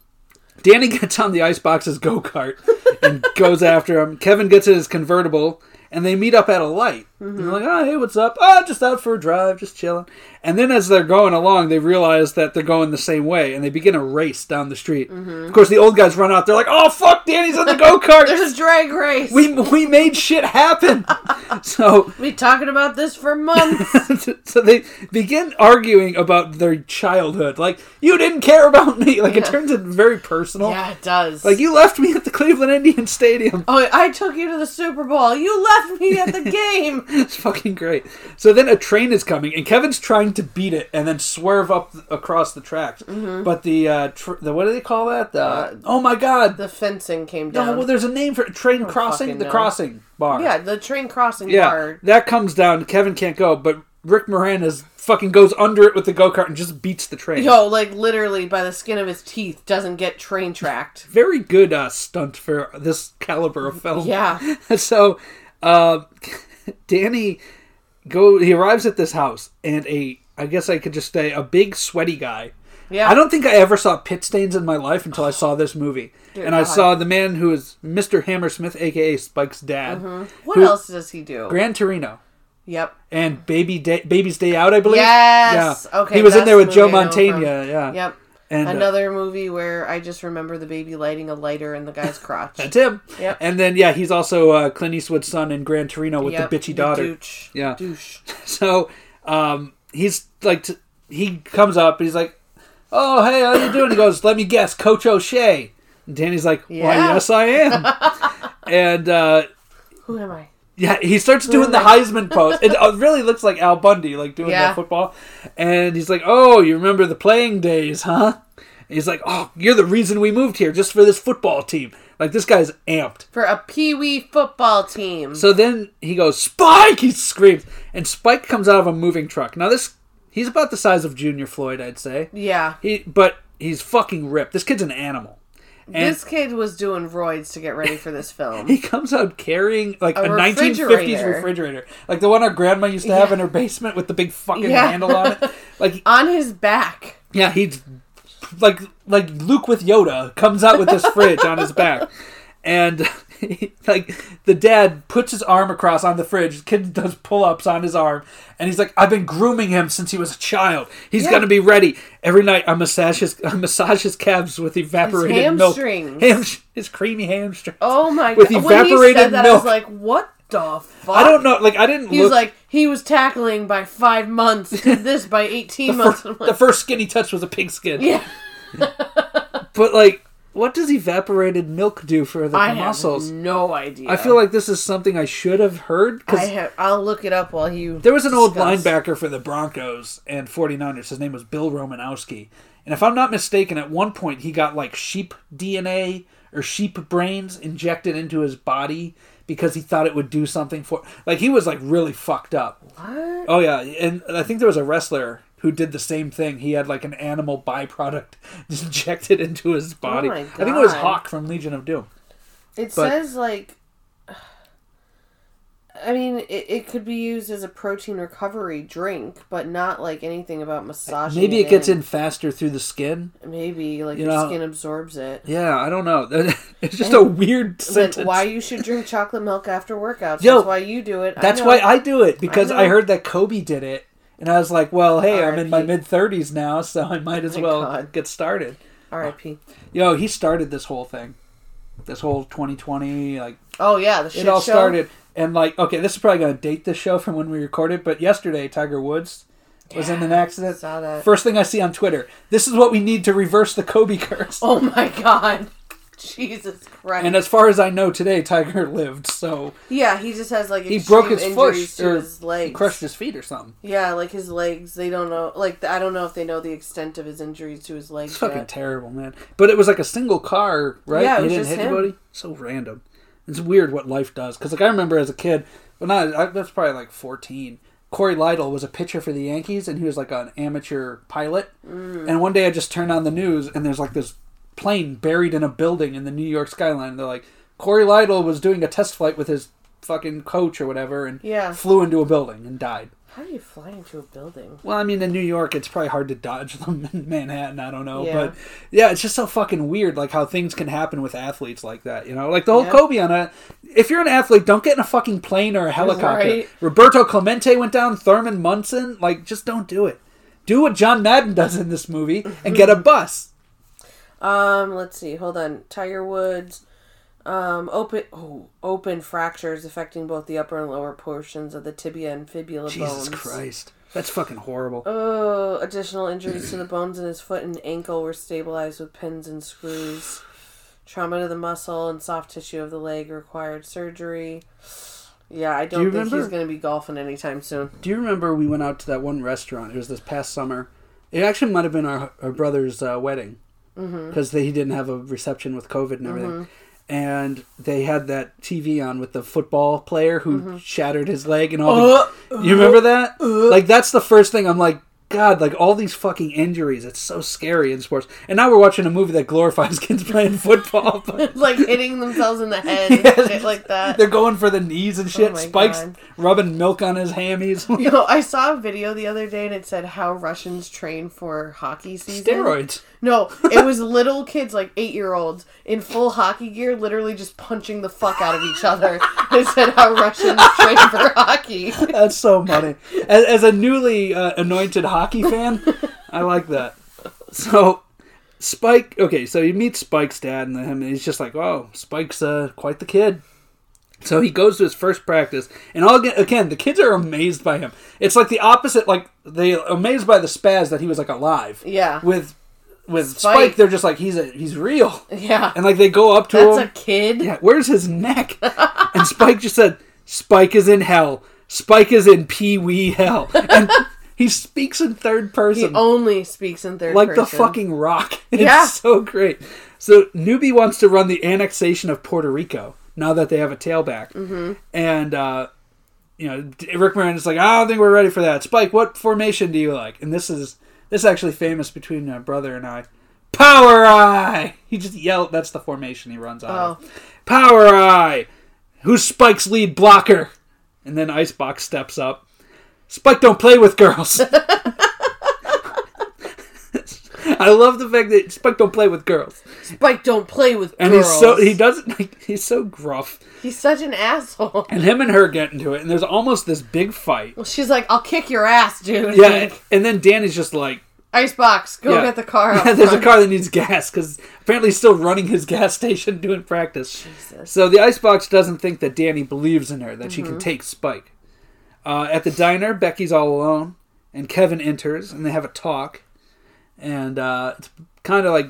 A: Danny gets on the icebox's go kart and goes after him. Kevin gets in his convertible, and they meet up at a light. And they're like, oh, hey, what's up? Oh, just out for a drive, just chilling. And then as they're going along, they realize that they're going the same way, and they begin a race down the street. Of course, the old guys run out. They're like, oh, fuck, Danny's on the go kart.
B: there's a drag race.
A: We, we made shit happen. so
B: We've been talking about this for months.
A: so they begin arguing about their childhood. Like, you didn't care about me. Like, it
B: Yeah.
A: turns into very personal.
B: yeah, it does.
A: Like you left me at the Cleveland Indian Stadium.
B: Oh, I took you to the Super Bowl. You left me at the game.
A: It's fucking great. So then a train is coming, and Kevin's trying to beat it and then swerve up th- across the tracks.
B: Mm-hmm.
A: But the uh, tr- the what do they call that? The, oh my god!
B: Uh, The fencing came
A: no,
B: down.
A: well, there's a name for it. train crossing.
B: fucking
A: The
B: know.
A: crossing bar.
B: yeah, the train crossing
A: yeah.
B: bar.
A: That comes down. Kevin can't go, but Rick Moran is fucking goes under it with the go kart and just beats the train.
B: Yo, like literally by the skin of his teeth, doesn't get train tracked.
A: Very good uh, stunt for this caliber of film.
B: Yeah.
A: so uh, Danny go he arrives at this house and a I guess I could just say a big sweaty guy.
B: Yeah.
A: I don't think I ever saw pit stains in my life until I saw this movie. and I
B: God.
A: saw the man who is Mr. Hammersmith aka Spike's dad.
B: What
A: Who-
B: else does he do?
A: Gran Torino
B: yep.
A: and Baby Day, Baby's Day Out, I believe.
B: Yes.
A: Yeah.
B: Okay,
A: He was in
B: that's
A: there with
B: the
A: Joe
B: movie I know him
A: Montaigne,
B: from.
A: yeah.
B: Yep.
A: And uh,
B: Another movie where I just remember the baby lighting a lighter in the guy's crotch.
A: that's him.
B: Yep.
A: And then yeah, he's also uh, Clint Eastwood's son in Gran Torino with
B: Yep,
A: the bitchy daughter.
B: douche.
A: Yeah.
B: Douche.
A: So um, he's like, t- he comes up and he's like, "Oh, hey, how you doing?" He goes, "Let me guess, Coach O'Shea." And Danny's like, "Why,
B: Yeah.
A: yes, I am." and uh,
B: Who am I?
A: yeah, he starts doing the Heisman pose. It uh, really looks like Al Bundy, like doing
B: Yeah.
A: that football. And he's like, "Oh, you remember the playing days, huh?" And he's like, "Oh, you're the reason we moved here, just for this football team." Like this guy's amped.
B: for a pee wee football team.
A: So then he goes, Spike! He screams. And Spike comes out of a moving truck. Now this, he's about the size of Junior Floyd, I'd say.
B: yeah.
A: He, but he's fucking ripped. This kid's an animal. And
B: this kid was doing roids to get ready for this film.
A: he comes out carrying like a,
B: refrigerator.
A: 1950s refrigerator, like the one our grandma used to have in her basement with the big fucking
B: Yeah.
A: handle on it. Like,
B: On his back.
A: yeah, he's like like Luke with Yoda comes out with this fridge on his back, and like the dad puts his arm across on the fridge. Kid does pull ups on his arm, and he's like, "I've been grooming him since he was a child. He's
B: Yeah.
A: gonna be ready every night. I massage his I massage his calves with evaporated milk,
B: hamstrings.
A: Ham, his creamy hamstrings.
B: Oh my
A: With
B: god. When he
A: evaporated
B: said that, I
A: milk.
B: was like, what the fuck?
A: I don't know. Like I didn't.
B: He
A: look,
B: was like, he was tackling by five months, did this by 18 months.
A: Fir-
B: I'm
A: the
B: like,
A: first skin he touched was a pigskin.
B: yeah.
A: But like, what does evaporated milk do for the
B: I
A: muscles?
B: have no idea.
A: I feel like this is something I should have heard
B: I
A: because
B: have, I'll look it up while you.
A: there was an old
B: discuss.
A: linebacker for the Broncos and 49ers. His name was Bill Romanowski. And if I'm not mistaken, at one point he got like sheep DNA or sheep brains injected into his body because he thought it would do something for like he was like really fucked up.
B: What?
A: Oh yeah, and I think there was a wrestler who did the same thing. He had like an animal byproduct injected into his body.
B: Oh my
A: I think it was
B: God.
A: Hawk from Legion of Doom.
B: It
A: But-
B: says like, I mean, it, it could be used as a protein recovery drink, but not like anything about massaging.
A: Maybe
B: it,
A: it gets in faster through the skin.
B: Maybe like
A: You
B: your
A: know-
B: skin absorbs it.
A: Yeah, I don't know. It's just a weird
B: Like,
A: sentence.
B: why you should drink chocolate milk after workouts?
A: Yo,
B: that's why you do it. I
A: That's
B: know.
A: why I do it because
B: I
A: I,
B: know.
A: heard that Kobe did it, and I was like, "Well, hey, I'm in my
B: R.I.P.
A: mid 30s now, so I might as
B: My
A: well
B: God.
A: get started."
B: R.I.P.
A: Yo, he started this whole thing, this whole 2020 like
B: Oh yeah, the shit
A: it all
B: show.
A: started and like okay this is probably going to date this show from when we recorded but yesterday tiger woods was in an accident
B: Saw that.
A: first thing i see on twitter this is what we need to reverse the kobe curse
B: oh my god, Jesus Christ!
A: and as far as i know today tiger lived so
B: yeah, he just has like
A: he broke his
B: extreme
A: foot
B: injuries to
A: or
B: his legs.
A: he crushed his feet or something
B: Yeah, like his legs. They don't know. Like I don't know if they know the extent of his injuries to his legs.
A: it's fucking
B: yet.
A: terrible man but it was like a single car right
B: Yeah, it
A: he
B: was
A: didn't
B: just
A: hit
B: him.
A: anybody so random it's weird what life does because like i remember as a kid well not I, that's probably like 14 Corey Lytle was a pitcher for the Yankees, and he was like an amateur pilot.
B: Mm.
A: And one day I just turned on the news, and there's like this plane buried in a building in the New York skyline. And they're like, Corey Lytle was doing a test flight with his fucking coach or whatever, and
B: Yeah.
A: flew into a building and died.
B: How do you fly into a building?
A: Well, I mean, in New York, it's probably hard to dodge them in Manhattan. I don't know,
B: Yeah.
A: but yeah, it's just so fucking weird, like how things can happen with athletes like that. You know, like the whole
B: Yeah.
A: Kobe on a. If you're an athlete, don't get in a fucking plane or a helicopter.
B: Right.
A: Roberto Clemente went down. Thurman Munson, like, just don't do it. Do what John Madden does in this movie and get a bus.
B: Um, let's see. Hold on. Tiger Woods. Um, open oh, open fractures affecting both the upper and lower portions of the tibia and fibula
A: Jesus
B: bones.
A: Christ, that's fucking horrible.
B: Oh, additional injuries to the bones in his foot and ankle were stabilized with pins and screws. Trauma to the muscle and soft tissue of the leg required surgery. Yeah, I don't
A: you
B: think he's
A: remember-
B: going to be golfing anytime soon.
A: Do you remember we went out to that one restaurant? It was this past summer. It actually might have been our, our brother's uh, wedding
B: Mm-hmm.
A: because he didn't have a reception with COVID and everything. And they had that TV on with the football player who
B: Mm-hmm.
A: shattered his leg and all.
B: Uh,
A: the, you remember that? like that's the first thing I'm like, God, like all these fucking injuries. It's so scary in sports. And now we're watching a movie that glorifies kids playing football. But
B: like hitting themselves in the head and
A: Yes.
B: shit like that.
A: they're going for the knees and shit.
B: Oh my
A: Spikes
B: God.
A: rubbing milk on his hammies.
B: You know, I saw a video the other day and it said how Russians train for hockey season.
A: Steroids.
B: No, it was little kids, like eight year olds, in full hockey gear, literally just punching the fuck out of each other. it said how Russians train for hockey.
A: That's so funny. As, as a newly uh, anointed hockey fan, I like that. So, Spike. Okay, so you meet Spike's dad, and him, and he's just like, "Oh, Spike's uh, quite the kid." So he goes to his first practice, and all aga- again, the kids are amazed by him. It's like the opposite. Like they amazed by the spaz that he was like alive.
B: Yeah.
A: With with Spike,
B: Spike.
A: they're just like he's a he's real,
B: Yeah.
A: and like they go up to
B: That's
A: him.
B: a kid.
A: Yeah, where's his neck? and Spike just said, Spike is in hell. Spike is in Pee Wee hell. And he speaks in third
B: He
A: person.
B: only speaks in third
A: like
B: person.
A: the fucking rock. It's
B: Yeah.
A: so great. So Newbie wants to run the annexation of Puerto Rico now that they have a tailback,
B: Mm-hmm.
A: and uh, you know D- Rick Miranda's like, I don't think we're ready for that. Spike, what formation do you like? And this is this is actually famous between my brother and I. Power Eye. He just yelled. That's the formation he runs out
B: Oh,
A: of. Power Eye. Who's Spike's lead blocker? And then Icebox steps up. Spike don't play with girls. I love the fact that Spike don't play with girls.
B: Spike don't play with
A: And
B: girls.
A: he's so he doesn't like, he's so gruff.
B: He's such an asshole.
A: And him and her get into it and there's almost this big fight.
B: Well, she's like, "I'll kick your ass, dude."
A: Yeah,
B: Like,
A: and, and then Danny's just like
B: Icebox, go
A: Yeah.
B: get the car. Out
A: there's a
B: front."
A: car that needs gas cuz apparently he's still running his gas station doing practice.
B: Jesus. Mm-hmm.
A: So the icebox doesn't think that Danny believes in her that she can take Spike. Uh, at the diner, Becky's all alone and Kevin enters and they have a talk and uh, it's kind of like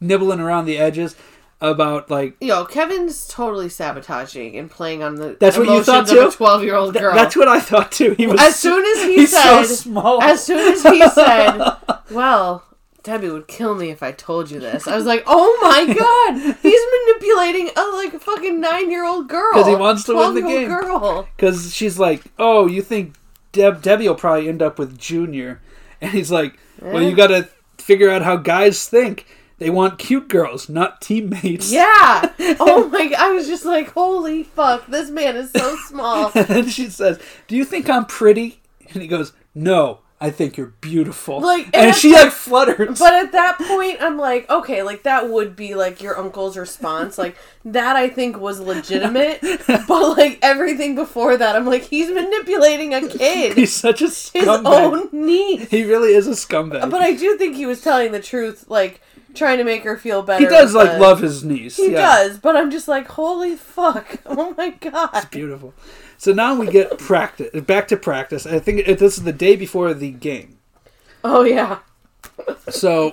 A: nibbling around the edges about like
B: Yo, Kevin's totally sabotaging and playing on the
A: That's what you
B: emotions
A: thought
B: of
A: too?
B: a twelve-year-old girl.
A: that's what I thought too. He was
B: as soon as he
A: he's so
B: said,
A: small.
B: as soon as he said, "Well, Debbie would kill me if I told you this," I was like, "Oh my god, he's manipulating a like fucking nine-year-old girl
A: 'Cause he wants to win the
B: 12-year-old Girl,
A: Because she's like, "Oh, you think Deb Debbie will probably end up with Junior?" And he's like, "Well,
B: Eh?
A: you got to figure out how guys think. They want cute girls, not teammates."
B: yeah. Oh my! g- I was just like, "Holy fuck, this man is so small."
A: And then she says, "Do you think I'm pretty?" And he goes, "No, I think you're beautiful."
B: Like, and
A: and,
B: that's
A: she like flutters.
B: But at that point, I'm like, okay, like that would be like your uncle's response. Like that, I think was legitimate. But like everything before that, I'm like, he's manipulating a kid,
A: he's such a
B: his
A: scumbag.
B: own niece.
A: He really is a scumbag.
B: But I do think he was telling the truth, like trying to make her feel better.
A: he does
B: with
A: like
B: the-
A: love his niece.
B: He
A: yeah.
B: does, but I'm just like, holy fuck! Oh my god!
A: Beautiful. So now we get practice back to practice. I think this is the day before the game.
B: Oh yeah.
A: So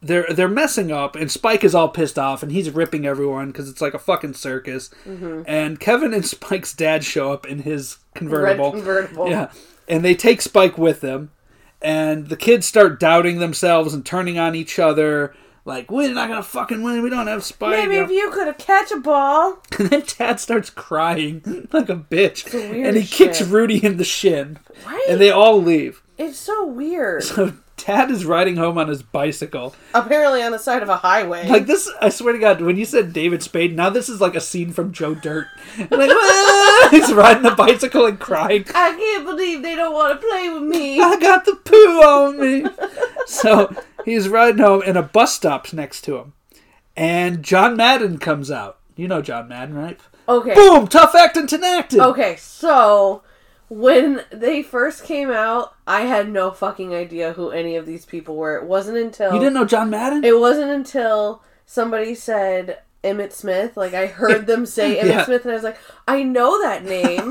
A: they're they're messing up, and Spike is all pissed off, and he's ripping everyone because it's like a fucking circus.
B: Mm-hmm.
A: And Kevin and Spike's dad show up in his convertible.
B: Red convertible.
A: Yeah, and they take Spike with them, and the kids start doubting themselves and turning on each other. Like we're not gonna fucking win. We don't have Spike.
B: Maybe
A: you
B: if you could catch a ball.
A: and then Dad starts crying like a bitch,
B: weird
A: and he
B: as
A: kicks
B: shit.
A: Rudy in the shin,
B: Right?
A: and they all leave.
B: it's so weird.
A: So Dad is riding home on his bicycle.
B: Apparently on the side of a highway.
A: Like this, I swear to God, when you said David Spade, now this is like a scene from Joe Dirt. Like "Ah!" he's riding a bicycle and crying.
B: I can't believe they don't want to play with me.
A: I got the poo on me. So he's riding home, and a bus stops next to him, and John Madden comes out. You know John Madden, right?
B: Okay.
A: Boom! Tough acting, tenacted.
B: Okay, so when they first came out, I had no fucking idea who any of these people were. It wasn't until
A: You didn't know John Madden?
B: it wasn't until somebody said Emmett Smith, like I heard them say Emmett
A: Yeah.
B: Smith and I was like, I know that name.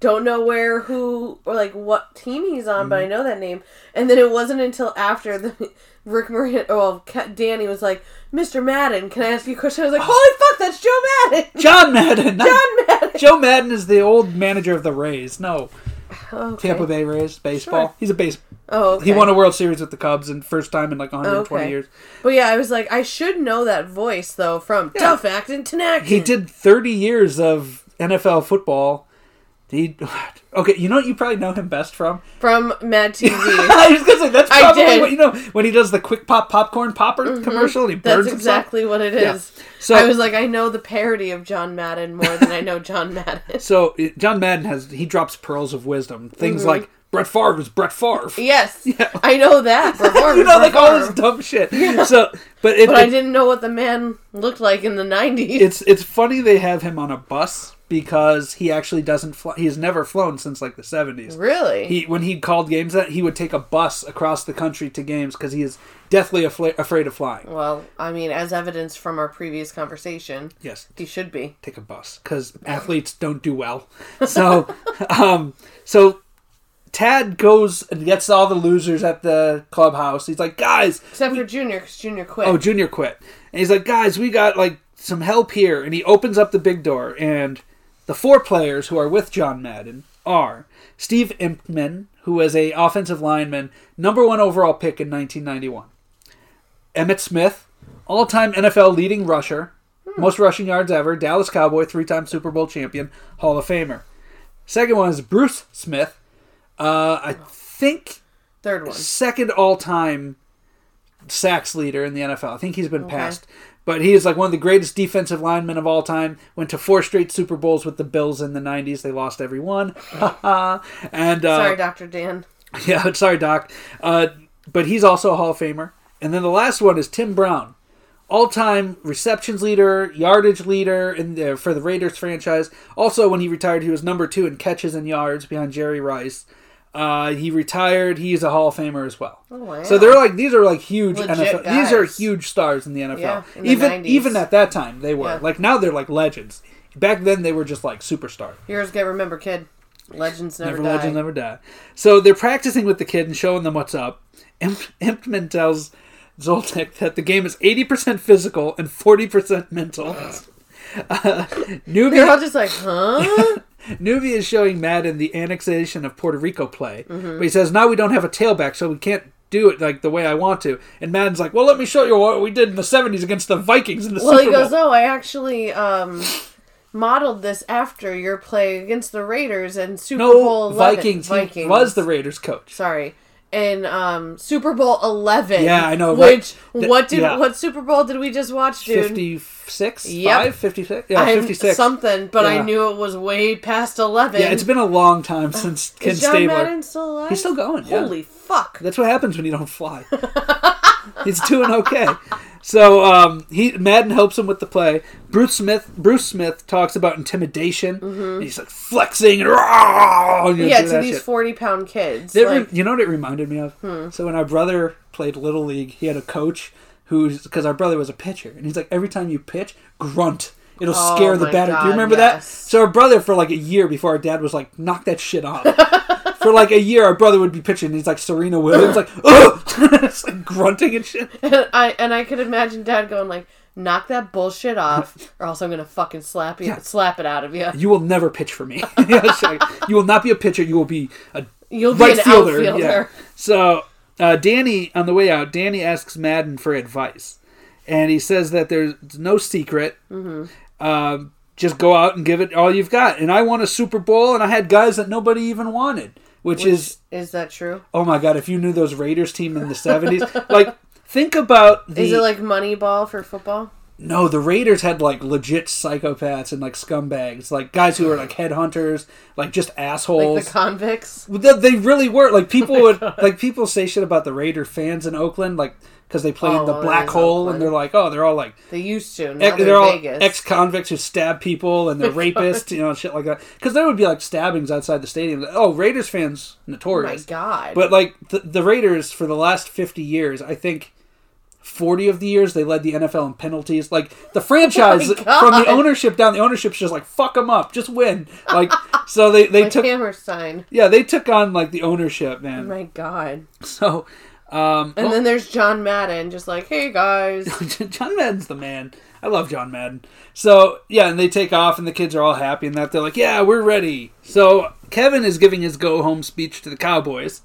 B: Don't know where who or like what team he's on,
A: Mm-hmm.
B: but I know that name. And then it wasn't until after the Rick Moran oh well, Ca- Danny was like, Mr. Madden, can I ask you a question? I was like, Holy fuck, that's Joe Madden.
A: John Madden. not-
B: John Madden.
A: Joe Madden is the old manager of the Rays. No,
B: Okay.
A: Tampa Bay Rays baseball.
B: Sure.
A: He's a base.
B: Oh, okay.
A: He won a World Series with the Cubs, and first time in like 120
B: Okay.
A: years.
B: But yeah, I was like, I should know that voice though from Tough Acting Tenactin.
A: He did 30 years of NFL football. He okay. You know what? You probably know him best from.
B: from Mad TV.
A: I was gonna say that's
B: I
A: probably
B: did. Mm-hmm.
A: what you know when he does the quick pop popcorn popper commercial. And he burns
B: That's
A: himself.
B: exactly what it
A: Yeah.
B: is.
A: So-
B: I was like, I know the parody of John Madden more than I know John Madden.
A: So uh, John Madden has he drops pearls of wisdom. Things
B: Mm-hmm.
A: like Brett Favre is Brett Favre.
B: Yes, I know that. Perform,
A: You know, like all this
B: perform.
A: dumb shit. So, but it,
B: But I
A: it-
B: didn't know what the man looked like in the nineties.
A: it's it's funny they have him on a bus because he actually doesn't fly. He's never flown since like the seventies.
B: Really?
A: He when he called games that he would take a bus across the country to games because he is deathly afla- afraid of flying.
B: well, I mean, as evidence from our previous conversation,
A: Yes,
B: he should be.
A: take a bus because athletes don't do well. So, um, so Tad goes and gets all the losers at the clubhouse. He's like, guys,
B: Except for Junior, because Junior quit.
A: Oh, Junior quit. And he's like, guys, we got like some help here. And he opens up the big door, and the four players who are with John Madden are Steve Impman, who was a offensive lineman, number one overall pick in 1991. Emmett Smith, all-time NFL leading rusher, most rushing yards ever, Dallas Cowboy, three-time Super Bowl champion, Hall of Famer. Second one is Bruce Smith. Uh, I think
B: Third one.
A: second all-time sacks leader in the NFL. I think he's been passed, but he is like one of the greatest defensive linemen of all time. Went to four straight Super Bowls with the Bills in the '90s. They lost every one. and uh,
B: Sorry, Dr. Dan.
A: yeah, sorry, Doc. Uh, but he's also a Hall of Famer. And then the last one is Tim Brown, all-time receptions leader, yardage leader in the, for the Raiders franchise. Also, when he retired, he was number two in catches and yards behind Jerry Rice. Uh, he retired. He's a Hall of Famer as well.
B: Oh, wow.
A: So they're like these are like huge
B: Legit
A: NFL. These are
B: guys.
A: huge stars in the NFL.
B: Yeah, in the
A: even
B: 90s.
A: even at that time they were
B: Yeah.
A: like now they're like legends. Back then they were just like superstars.
B: Heroes get remember, kid. Legends never,
A: Never
B: die.
A: legends never die. So they're practicing with the kid and showing them what's up. Imp- Impman tells Zoltek that the game is 80% physical and 40% mental. Uh,
B: They're all
A: Nubia,
B: just like, huh?
A: Nubia is showing Madden the annexation of Puerto Rico play.
B: Mm-hmm.
A: But he says, now we don't have a tailback, so we can't do it like the way I want to. And Madden's like, well, let me show you what we did in the 70s against the Vikings in the
B: well, he
A: Super Bowl.
B: goes, oh, I actually um, modeled this after your play against the Raiders and Super Bowl
A: no,
B: 11.
A: Vikings. He was the Raiders coach.
B: sorry. And um, Super Bowl eleven.
A: Yeah, I know, right?
B: Which
A: Th-
B: what did
A: yeah.
B: what Super Bowl did we just watch, dude?
A: 56?
B: Yep.
A: 5? 56? Yeah,
B: I'm
A: 56.
B: something, but
A: Yeah.
B: I knew it was way past eleven.
A: Yeah, it's been a long time since Ken
B: Is John
A: Stabler.
B: Madden still alive?
A: He's still going. yeah.
B: Holy fuck!
A: That's what happens when you don't fly. He's doing okay. So um, he Madden helps him with the play. Bruce Smith Bruce Smith talks about intimidation. And he's like flexing and, "Rah!" and you know,
B: Mm-hmm. yeah,
A: do
B: to
A: that
B: these
A: shit.
B: forty pound kids.
A: That re-
B: like, Hmm.
A: you know what it reminded me of? So when our brother played little league, he had a coach who's because our brother was a pitcher, and he's like, every time you pitch, grunt. It'll
B: Oh
A: scare the
B: my
A: batter. Do
B: God,
A: you remember that?
B: yes.
A: So our brother for like a year before our dad was like, knock that shit off. for like a year, our brother would be pitching. And he's like Serena Williams, like, ugh, it's like grunting and shit.
B: and I and I could imagine Dad going like, "Knock that bullshit off, or else I'm gonna fucking slap you, slap it out of you.
A: You will never pitch for me. It's like, you will not be a pitcher. You will be a
B: You'll be
A: right
B: an
A: fielder.
B: outfielder."
A: Yeah. So uh, Danny, on the way out, Danny asks Madden for advice, and he says that there's no secret.
B: Mm-hmm.
A: Um, just go out and give it all you've got. And I won a Super Bowl, and I had guys that nobody even wanted, which, is
B: Is that true?
A: oh my god! If you knew those Raiders team in the seventies, like think about the
B: Is it like Moneyball for football?
A: no, the Raiders had like legit psychopaths and like scumbags, like guys who were like headhunters, like just assholes.
B: Like the convicts?
A: Well, They, they really were like
B: Oh
A: people would like people say shit about the Raider fans in Oakland, like because they play
B: Oh,
A: in the
B: well,
A: black
B: it is
A: hole,
B: Oakland.
A: and they're like, oh, they're all like
B: They used to. Now
A: ex-
B: they're,
A: they're all
B: Vegas.
A: ex convicts who stab people and they're rapists, you know, shit like that. Because there would be like stabbings outside the stadium. Oh, Raiders fans
B: oh my
A: notorious,
B: god.
A: but like the, the Raiders for the last fifty years, I think. 40 of the years they led the NFL in penalties. Like the franchise
B: Oh God.
A: from the ownership down, the ownership's just like fuck them up, just win. Like so they they
B: like
A: took
B: Hammerstein.
A: yeah, they took on like the ownership,
B: Oh
A: man.
B: my god.
A: So, um,
B: And then there's John Madden, just like, hey guys.
A: John Madden's the man. I love John Madden. So, yeah, and they take off, and the kids are all happy, and that they're like, yeah, we're ready. So, Kevin is giving his go home speech to the Cowboys.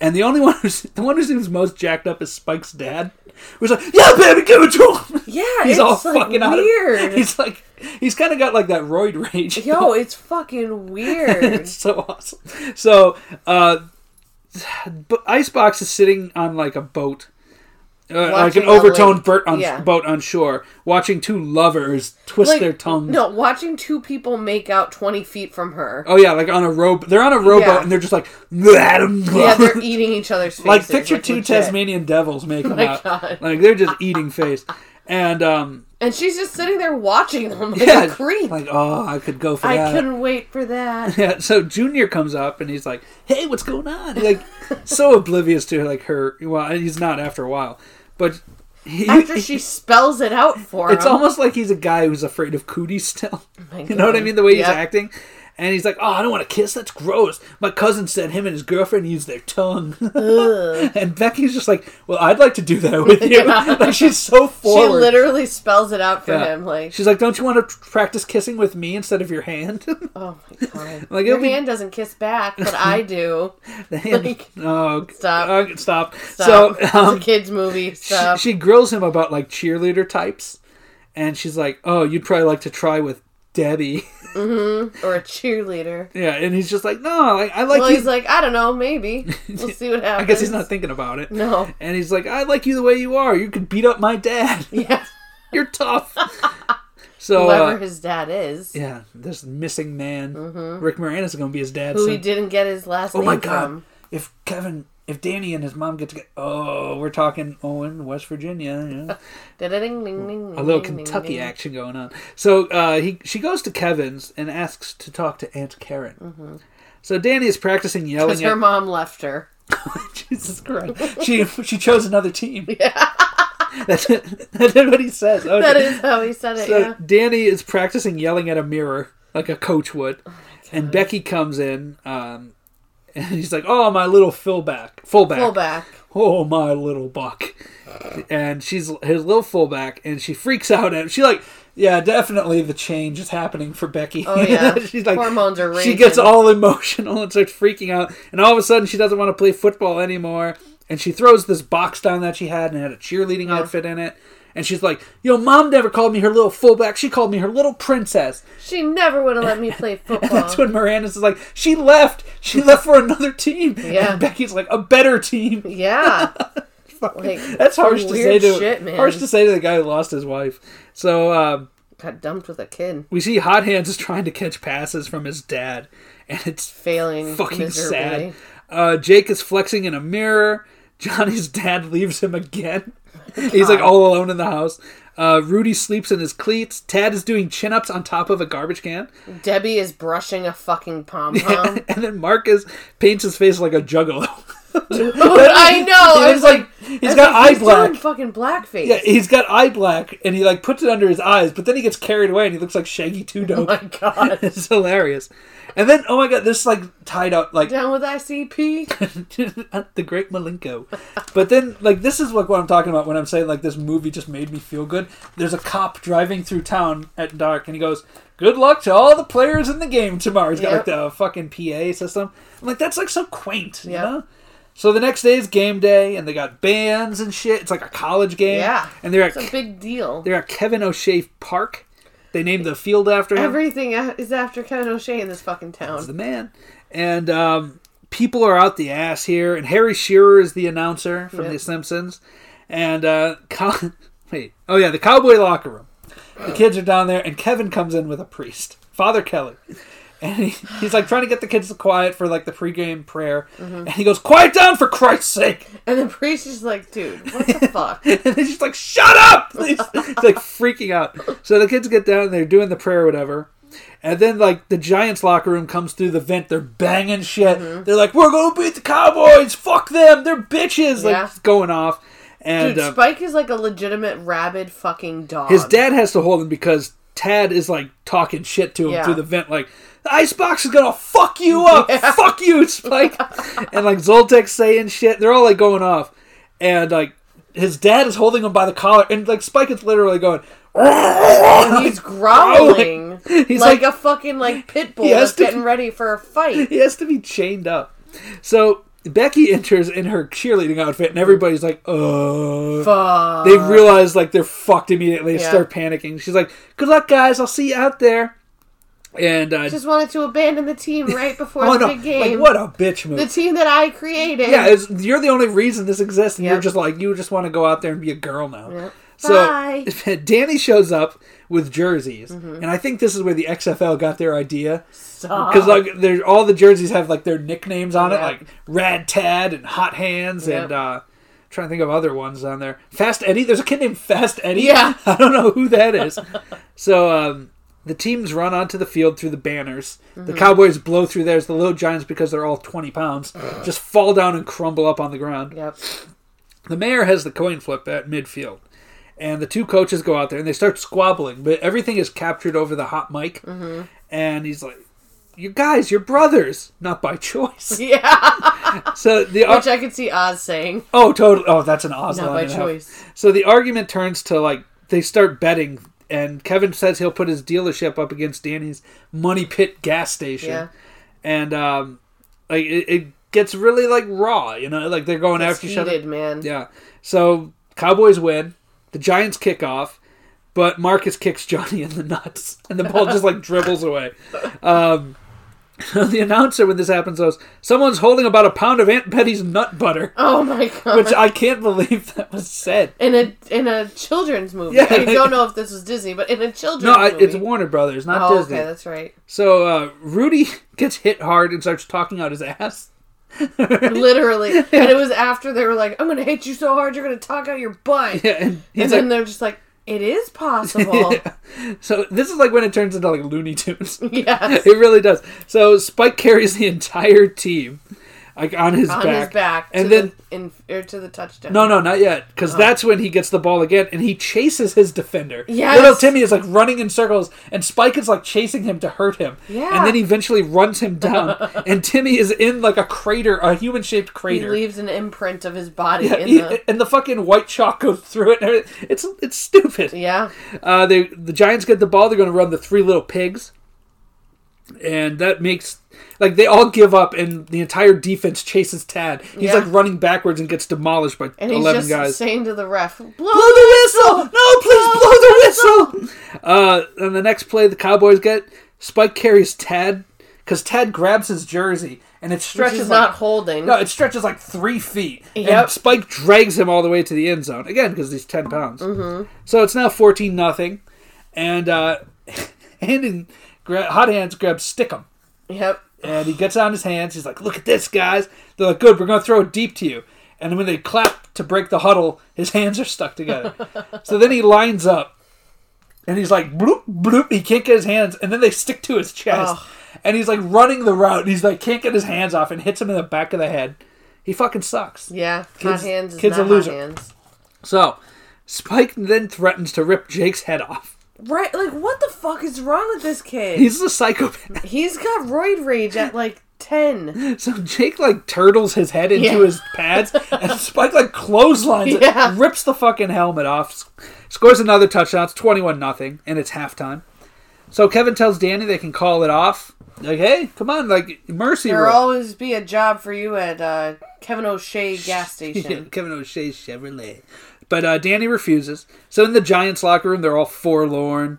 A: And the only one who's the one who seems most jacked up is Spike's dad, who's like, "Yeah, baby, give it to him."
B: Yeah,
A: he's
B: it's
A: all
B: like
A: fucking out of-
B: weird.
A: He's like, he's kind of got like that roid rage.
B: Yo, it's fucking weird.
A: it's so awesome. So, uh, but Icebox is sitting on like a boat, uh, like
B: Watching
A: an
B: a lake.
A: overtoned boat on
B: Yeah.
A: boat on shore, watching two lovers twist
B: Like,
A: their tongues.
B: No, watching two people make out twenty feet from her.
A: Oh yeah, like on a rope. They're on a rowboat
B: Yeah.
A: and they're just like, yeah,
B: Yeah, they're eating each other's faces.
A: like picture two
B: legit. Oh
A: Tasmanian devils making
B: my
A: out.
B: God.
A: Like they're just eating face, and um,
B: And she's just sitting there watching them like
A: yeah,
B: a creep.
A: like oh, I could go for
B: I
A: that.
B: couldn't wait for that.
A: Yeah, so Junior comes up and he's like, "Hey, what's going on?" Like, so oblivious to like her. Well, he's not after a while, but he,
B: After she spells it out for
A: it's
B: him.
A: almost like he's a guy who's afraid of cooties still.
B: Oh my
A: You know what I
B: God.
A: mean? The way he's
B: Yep.
A: acting, And he's like, "Oh, I don't want to kiss. That's gross." My cousin said him and his girlfriend use their tongue. and Becky's just like, "Well, I'd like to do that with you."
B: Yeah.
A: Like she's so
B: She
A: forward.
B: literally spells it out for
A: Yeah.
B: him. Like,
A: She's like, "Don't you want to tr- practice kissing with me instead of your hand?"
B: oh my god,
A: Like,
B: your
A: it'll be-
B: hand doesn't kiss back, but I do.
A: The hand-
B: Like,
A: oh,
B: stop.
A: oh, stop.
B: Stop.
A: So um,
B: it's a kids' movie. Stop.
A: she, she grills him about like cheerleader types, and she's like, "Oh, you'd probably like to try with Debbie."
B: or a cheerleader.
A: yeah, and he's just like, "No, I, I like
B: well,
A: you."
B: he's like, I don't know, maybe. We'll see what happens.
A: I guess he's not thinking about it.
B: No.
A: And he's like, "I like you the way you are. You could beat up my dad.
B: Yeah.
A: You're tough." so
B: Whoever
A: uh,
B: his dad is,
A: yeah, this missing man, Rick Moranis, is gonna be his dad.
B: who
A: soon.
B: he didn't get his last
A: Oh
B: name
A: my god!
B: from.
A: If Kevin, if Danny and his mom get together, oh, we're talking Owen, West Virginia. You know?
B: A
A: a little Kentucky action going on. So uh, he she goes to Kevin's and asks to talk to Aunt Karen. So Danny is practicing
B: Because
A: yelling
B: Mm-hmm. her
A: at
B: mom left her.
A: Jesus Christ. She she chose another team. That's it. That's what he says. Okay.
B: That is how he said it.
A: so
B: yeah.
A: Danny is practicing yelling at a mirror like a coach would,
B: Oh
A: and Becky comes in. Um, and he's like, "Oh, my little fullback, fullback,
B: Fullback.
A: oh my little buck and she's his little fullback and she freaks out at him she like yeah definitely the change is happening for becky
B: Oh yeah.
A: she's like
B: hormones are raging.
A: she gets all emotional and starts freaking out and all of a sudden she doesn't want to play football anymore and she throws this box down that she had and it had a cheerleading outfit in it and she's like yo mom never called me her little fullback she called me her little princess
B: She never would have let me play football.
A: that's when Miranda's is like she left she left for another team
B: Yeah.
A: and becky's like a better team
B: yeah. Like,
A: that's harsh
B: some
A: to say
B: weird
A: to
B: shit, man.
A: harsh to say to the guy who lost his wife. So um,
B: Got dumped with a kid.
A: we see Hot Hands is trying to catch passes from his dad, and it's
B: Failing
A: fucking
B: miserably.
A: sad. Uh, Jake is flexing in a mirror. Johnny's dad leaves him again. He's like all alone in the house. Uh, Rudy sleeps in his cleats. Tad is doing chin ups on top of a garbage can,
B: Debbie is brushing a fucking pom pom.
A: and then Marcus paints his face like a juggalo.
B: I know. I
A: He's
B: was like,
A: he's got
B: like,
A: eye black.
B: doing fucking blackface.
A: Yeah, he's got eye black, and he like puts it under his eyes, but then he gets carried away, and he looks like Shaggy Two
B: oh
A: Dope.
B: my god.
A: It's hilarious. And then, oh my god, this like tied up like
B: Down with ICP.
A: the great Malenko. But then, like this is like what I'm talking about when I'm saying like this movie just made me feel good. There's a cop driving through town at dark, and he goes, "Good luck to all the players in the game tomorrow." He's got like the fucking PA system. I'm like, that's like so quaint, you
B: Yeah.
A: know. So the next day is game day, and they got bands and shit. It's like a college game.
B: Yeah.
A: and they're at
B: It's a big deal.
A: they're at Kevin O'Shea Park. They named the field after him.
B: Everything is after Kevin O'Shea in this fucking
A: is the
B: town.
A: man. And um, people are out the ass here. And Harry Shearer is the announcer from
B: Yep.
A: The Simpsons. And uh, cow- wait, oh yeah, the cowboy locker room. The kids are down there, and Kevin comes in with a priest, Father Kelly. And he, he's like trying to get the kids to quiet for like the pregame prayer. And he goes, Quiet down for Christ's sake!
B: And the priest is like, dude, what the fuck?
A: And they're just like, shut up! It's like freaking out. So the kids get down and they're doing the prayer or whatever. And then, like, the Giants locker room comes through the vent. They're banging shit.
B: Mm-hmm.
A: They're like, we're going to beat the Cowboys. Fuck them. They're bitches. Like,
B: Yeah.
A: going off. And
B: Dude,
A: uh,
B: Spike is like a legitimate rabid fucking dog.
A: his dad has to hold him because Tad is, like, talking shit to him
B: Yeah.
A: through the vent. Like, the icebox is going to fuck you up. Fuck you, Spike. and, like, Zoltek's saying shit. They're all, like, going off. And, like, his dad is holding him by the collar. And, like, Spike is literally going,
B: He's growling.
A: Oh, He's
B: like,
A: like-
B: a fucking like pit bull
A: He has
B: that's
A: to-
B: getting ready for a fight.
A: he has to be chained up. So Becky enters in her cheerleading outfit, and everybody's like, "Uh."
B: Fuck.
A: They realize like they're fucked immediately and
B: Yeah.
A: start panicking. She's like, "Good luck, guys. I'll see you out there." And uh,
B: Just wanted to abandon the team right before
A: oh
B: the
A: no,
B: big game.
A: like what a bitch move.
B: The team that I created.
A: yeah, it's, you're the only reason this exists, and you're
B: Yep.
A: just like you just want to go out there and be a girl now.
B: Yep.
A: So
B: Bye. Mm-hmm.
A: Danny shows up with jerseys, and I think this is where the XFL got their idea.
B: Stop.
A: because like they're all the jerseys have like their nicknames on it,
B: Yeah.
A: like Rad Tad and Hot Hands,
B: Yep.
A: and uh, trying to think of other ones on there. Fast Eddie, there's a kid named Fast Eddie.
B: Yeah.
A: I don't know who that is. so um, the teams run onto the field through the banners. The
B: Mm-hmm.
A: Cowboys blow through theirs. The Little Giants, because they're all twenty pounds, just fall down and crumble up on the ground.
B: Yep.
A: The mayor has the coin flip at midfield, and the two coaches go
B: Mm-hmm.
A: out there and they start squabbling, but everything is captured over the hot mic. And he's like, you guys, you're brothers, not by choice.
B: Yeah.
A: So the ar-
B: Which I could see Oz saying.
A: oh, totally. Oh, that's an Oz
B: Not
A: line
B: by
A: and a half.
B: choice.
A: So the argument turns to like they start betting, and Kevin says he'll put his dealership up against Danny's money pit gas station,
B: Yeah.
A: and um, like it, it gets really like raw, you know, like they're going
B: It's
A: after each other.
B: heated, man.
A: Yeah. So Cowboys win. The Giants kick off, but Marcus kicks Johnny in the nuts, and the ball just like dribbles away. Um, the announcer when this happens goes, "Someone's holding about a pound of Aunt Betty's nut butter,"
B: Oh my god.
A: which I can't believe that was said.
B: in a in a children's movie.
A: Yeah.
B: I don't know if this was Disney, but in a children's
A: No, I,
B: movie.
A: it's Warner Brothers, not
B: oh,
A: Disney.
B: okay, that's right.
A: So uh, Rudy gets hit hard and starts talking out his ass. yeah,
B: Literally, and it was after they were like, "I'm gonna hit you so hard, you're gonna talk out your butt,"
A: and
B: and
A: he's
B: then
A: like,
B: they're just like, "It is possible."
A: so this is like when it turns into like Looney Tunes.
B: yes,
A: It really does. So Spike carries the entire team, like on his
B: on
A: back.
B: his back,
A: And
B: to
A: then-
B: the, Oh. in, or to the touchdown.
A: No, no, not yet. Because that's when he gets the ball again, and he chases his defender.
B: Yes.
A: Little Timmy is like running in circles, and Spike is like chasing him to hurt him.
B: Yeah.
A: And then eventually runs him down, and Timmy is in like a crater, a human shaped
B: he
A: crater.
B: leaves an imprint of his body
A: Yeah,
B: in
A: he-
B: the.
A: and the fucking white chalk goes through it. And everything. It's it's stupid.
B: Yeah,
A: Uh, they the Giants get the ball. They're going to run the three little pigs, and that makes like they all give up, and the entire defense chases Tad. He's
B: Yeah.
A: like running backwards and gets demolished by
B: and he's
A: eleven
B: just
A: guys.
B: saying to the ref, "Blow
A: Blow the whistle! No, please blow the whistle! Uh, and the next play the Cowboys get, Spike carries Tad because Tad grabs his jersey and it
B: Which
A: stretches
B: is
A: like
B: not holding.
A: no, it stretches like three feet. And
B: Yep.
A: Spike drags him all the way to the end zone again because he's ten pounds. Mm-hmm. So it's now fourteen nothing, and uh, Hand gra- Hot Hands grabs Stickum,
B: Yep.
A: and he gets on his hands. He's like, "Look at this, guys!" They're like, "Good, we're gonna throw it deep to you." And when they clap to break the huddle, his hands are stuck together. so then he lines up, and he's like, "Bloop, bloop." He can't get his hands, and then they stick to his chest.
B: Ugh.
A: And he's like running the route, and he's like can't get his hands off, and hits him in the back of the head. He fucking sucks.
B: Yeah.
A: Kids-
B: hot hands. Is
A: kids
B: not
A: a loser.
B: Hot hands.
A: So, Spike then threatens to rip Jake's head off.
B: Right. Like, what the fuck is wrong with this kid?
A: He's a psychopath.
B: He's got roid rage at like 10.
A: So Jake like turtles his head into
B: Yeah.
A: his pads, and Spike like clotheslines
B: Yeah.
A: it, rips the fucking helmet off, s- scores another touchdown. It's twenty-one nothing, and it's halftime. So Kevin tells Danny they can call it off. Like, hey, come on, like mercy.
B: There'll
A: rule.
B: always be a job for you at uh, Kevin O'Shea gas station.
A: Kevin O'Shea's Chevrolet. But uh, Danny refuses. So in the Giants locker room, they're all forlorn,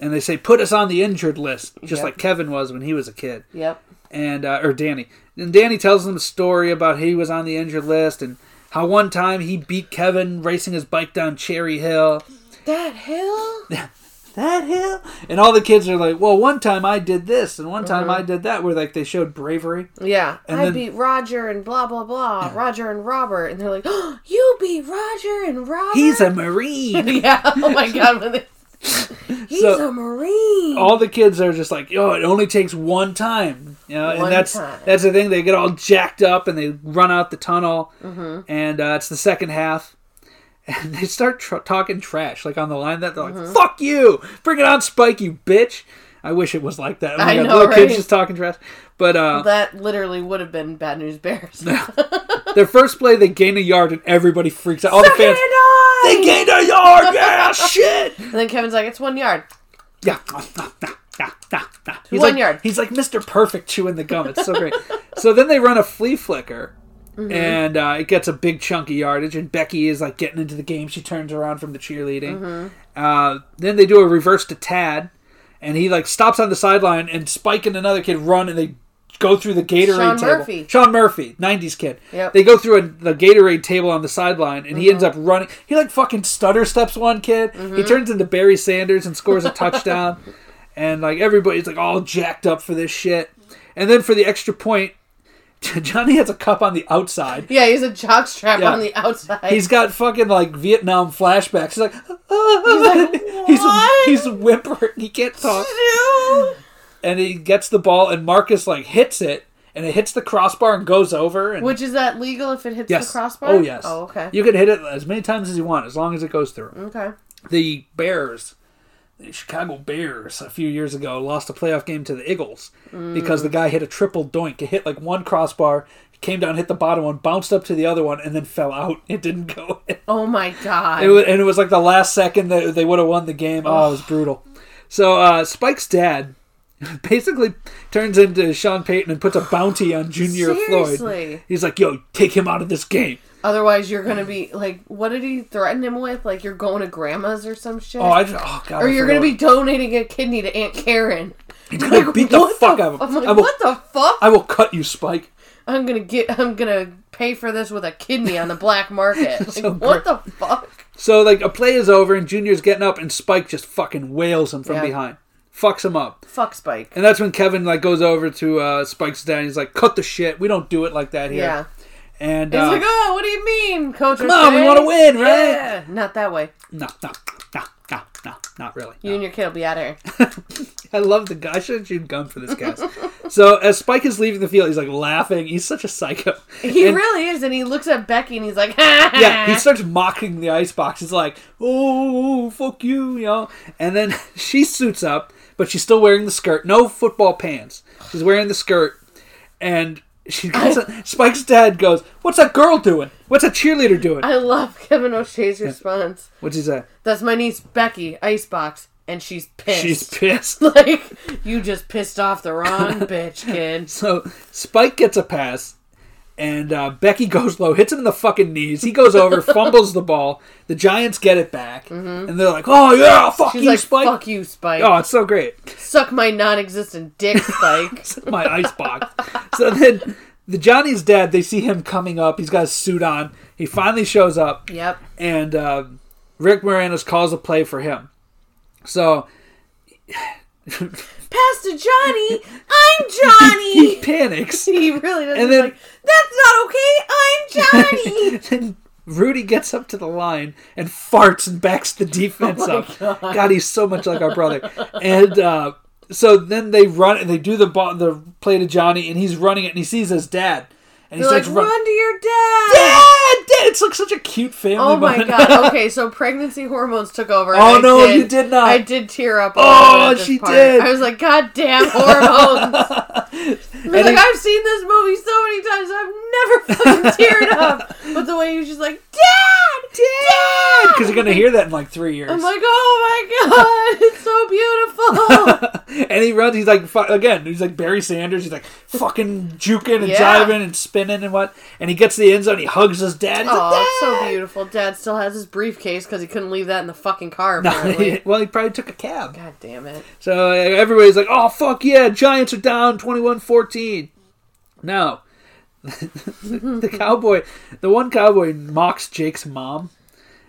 A: and they say, "Put us on the injured list," just
B: Yep.
A: like Kevin was when he was a kid,
B: Yep.
A: and uh, or Danny. And Danny tells them a story about he was on the injured list and how one time he beat Kevin racing his bike down Cherry Hill.
B: That hill?
A: That hill, and all the kids are like, "Well, one time I did this, and one time I did that." Where like they showed bravery.
B: Yeah.
A: And
B: I
A: then-
B: beat Roger and blah, blah, blah. Roger and Robert. And they're like, oh, you beat Roger and Robert?
A: He's a marine.
B: Yeah. Oh my God. when they- He's
A: So- Oh.
B: a Marine.
A: all the kids are just like, oh, it only takes one time, you know,
B: One
A: and that's
B: time.
A: that's the thing. They get all jacked up and they run out the tunnel,
B: Mm-hmm.
A: and uh, it's the second half, and they start tr- talking trash, like on the line that they're like,
B: Mm-hmm.
A: "Fuck you, bring it on, Spike, you bitch." I wish it was like that. Oh my
B: I
A: God,
B: know,
A: little kids
B: right?
A: just talking trash. But uh,
B: that literally would have been Bad News Bears.
A: their first play, they gain a yard, and everybody freaks out. All the
B: Second
A: fans,
B: and nine!
A: they gained a yard, yeah, shit.
B: and then Kevin's like, it's one yard.
A: Yeah. He's
B: One
A: like,
B: yard.
A: He's like Mr. Perfect chewing the gum. It's so great. so then they run a flea flicker,
B: Mm-hmm.
A: and uh, it gets a big chunk of yardage. And Becky is like getting into the game. She turns around from the cheerleading.
B: Mm-hmm.
A: Uh, then they do a reverse to Tad, and he like stops on the sideline, and Spike and another kid run, and they go through the Gatorade
B: Sean
A: table.
B: Murphy.
A: Sean Murphy, '90s kid.
B: Yep. Mm-hmm.
A: They go through a, the Gatorade table on the sideline, and he ends up running. He like fucking stutter steps one kid. He turns into Barry Sanders and scores a touchdown. And like everybody's like all jacked up for this shit. And then for the extra point, Johnny has a cup on the outside.
B: Yeah, he's a jockstrap
A: Yeah.
B: on the outside.
A: He's got fucking like Vietnam flashbacks. He's like,
B: like,
A: he's
B: "What?"
A: he's whimpering. He can't talk.
B: Ew.
A: And he gets the ball, and Marcus like hits it, and it hits the crossbar and goes over. And
B: Which is that legal if it hits
A: yes,
B: the crossbar?
A: oh yes,
B: Oh okay. Mm.
A: You can hit it as many times as you want, as long as it goes through.
B: okay.
A: the Bears the Chicago Bears a few years ago lost a playoff game to the Eagles
B: Mm.
A: because the guy hit a triple doink. It hit like one crossbar, came down, hit the bottom one, bounced up to the other one, and then fell out. It didn't go in.
B: Oh my god.
A: It was, and it was like the last second that they would have won the game. Oh, it was brutal. So uh, Spike's dad basically turns into Sean Payton and puts a bounty on Junior Floyd.
B: Seriously?
A: He's like, "Yo, take him out of this game."
B: Otherwise, you're gonna be like, what did he threaten him with? Like you're going to grandma's or some shit.
A: Oh, I just, oh god.
B: or
A: I
B: you're
A: forgot
B: gonna be donating a kidney to Aunt Karen.
A: He's gonna beat the
B: what
A: fuck out of him.
B: I'm like,
A: I will,
B: what the fuck?
A: I will cut you, Spike.
B: I'm gonna get. I'm gonna pay for this with a kidney on the black market. Like,
A: So
B: what the fuck?
A: So like a play is over and Junior's getting up and Spike just fucking wails him from
B: Yeah.
A: behind, fucks him up.
B: Fuck Spike.
A: And that's when Kevin like goes over to uh, Spike's dad. and He's like, "Cut the shit. We don't do it like that here."
B: Yeah.
A: And
B: He's
A: uh,
B: like, oh, what do you mean, Coach? Come
A: on, we wanna win, right?
B: Yeah. Not that way.
A: no, no, no, no, no, not really.
B: You and your kid will be out of here.
A: I love the guy. I should have chewed gum for this cast. so as Spike is leaving the field, he's like laughing. He's such a psycho.
B: He
A: And-
B: really is, and he looks at Becky and he's like,
A: yeah, he starts mocking the icebox. He's like, oh, fuck you, you know. And then she suits up, but she's still wearing the skirt. No football pants. She's wearing the skirt. And she goes, Spike's dad goes, what's that girl doing? What's that cheerleader doing?
B: I love Kevin O'Shea's response.
A: What's he say?
B: That's my niece Becky, Icebox, and she's pissed.
A: She's pissed.
B: like, you just pissed off the wrong bitch, kid.
A: So Spike gets a pass, and uh, Becky goes low, hits him in the fucking knees. He goes over, fumbles the ball. The Giants get it back, and they're like, "Oh yeah, fuck
B: Mm-hmm. She's
A: you,
B: like,
A: Spike."
B: fuck you, Spike.
A: Oh, it's so great.
B: Suck my non existent dick, Spike.
A: my icebox. so then the Johnny's dad, they see him coming up. He's got his suit on. He finally shows up,
B: yep.
A: and uh, Rick Moranis calls a play for him. So
B: Pastor Johnny, I'm
A: he
B: Johnny.
A: panics.
B: he really does.
A: And
B: And
A: then-
B: like, that's not okay. I'm Johnny.
A: then Rudy gets up to the line and farts and backs the defense
B: Oh
A: up. God. he's so much like our brother. And uh, so then they run and they do the ball, the play to Johnny, and he's running it, and he sees his dad, and he
B: They're like,
A: starts
B: run,
A: running.
B: to your dad.
A: Dad, dad! It's like such a cute family.
B: Oh my
A: moment.
B: god. Okay, so pregnancy hormones took over. and
A: Oh,
B: I
A: no, you did not.
B: I did tear up. a
A: Oh,
B: little bit at this
A: she did.
B: I was like, God damn hormones. I was
A: And
B: like,
A: it-
B: I've seen this movie so many times, I've never fucking teared up. But the way he was just like, Dad! Dad!
A: because you're gonna hear that in like three years.
B: I'm like, oh my god, it's so beautiful.
A: and he runs. He's like fu- again. He's like Barry Sanders. He's like fucking juking and
B: Yeah.
A: jiving and spinning and what. And he gets to the end zone. He hugs his dad. He's like,
B: oh, it's so
A: "Dad!"
B: beautiful. Dad still has his briefcase because he couldn't leave that in the fucking car,
A: No,
B: apparently.
A: he- well, he probably took a cab.
B: God damn it.
A: So uh, everybody's like, "Oh fuck yeah, Giants are down 21-14. No, the cowboy, the one cowboy mocks Jake's mom.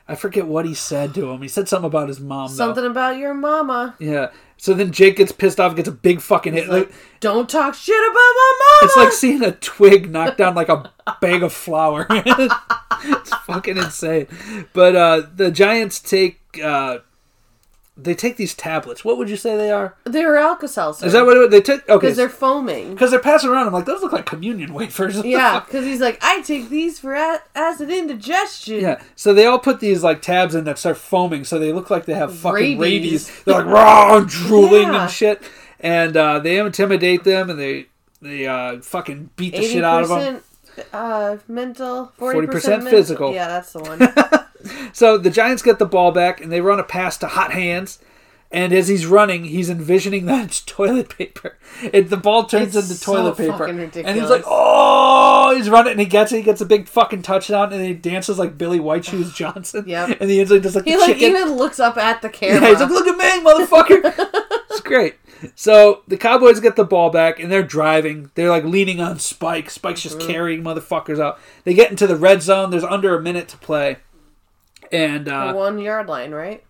A: I forget what he said to him. He said something about his mom. though.
B: Something about your mama.
A: Yeah. So then Jake gets pissed off, gets a big fucking hit.
B: Like,
A: Like-
B: don't talk shit about my mama.
A: It's like seeing a twig knock down like a bag of flour. it's fucking insane. But uh, the Giants take uh, they take these tablets. What would you say they are?
B: They're Alka Seltzer.
A: Is that what it, they took? Okay,
B: Because they're foaming.
A: because they're passing around. I'm like, those look like communion wafers.
B: Yeah, because he's like, I take these for a- acid indigestion.
A: Yeah, so they all put these like tabs in that start foaming, so they look like they have fucking rabies.
B: Rabies.
A: They're like raw and drooling
B: Yeah.
A: and shit, and uh, they intimidate them and they they uh, fucking beat the shit out of them.
B: 80% Uh, mental, 40%,
A: 40%
B: mental.
A: physical.
B: Yeah, that's the one.
A: So the Giants get the ball back and they run a pass to Hot Hands. And as he's running, he's envisioning that it's toilet paper. It, the ball turns
B: It's
A: into
B: so
A: toilet paper.
B: fucking
A: And he's
B: ridiculous.
A: like, oh, he's running and he gets it. He gets a big fucking touchdown and he dances like Billy White Shoes Johnson.
B: Yep.
A: And the end zone does like
B: He
A: the
B: like
A: chicken.
B: even looks up at the camera.
A: yeah, he's like, look at me, motherfucker. it's great. So the Cowboys get the ball back and they're driving. They're like leaning on Spike. Spike's just
B: Mm-hmm.
A: carrying motherfuckers out. They get into the red zone. There's under a minute to play. And uh,
B: one yard line, right?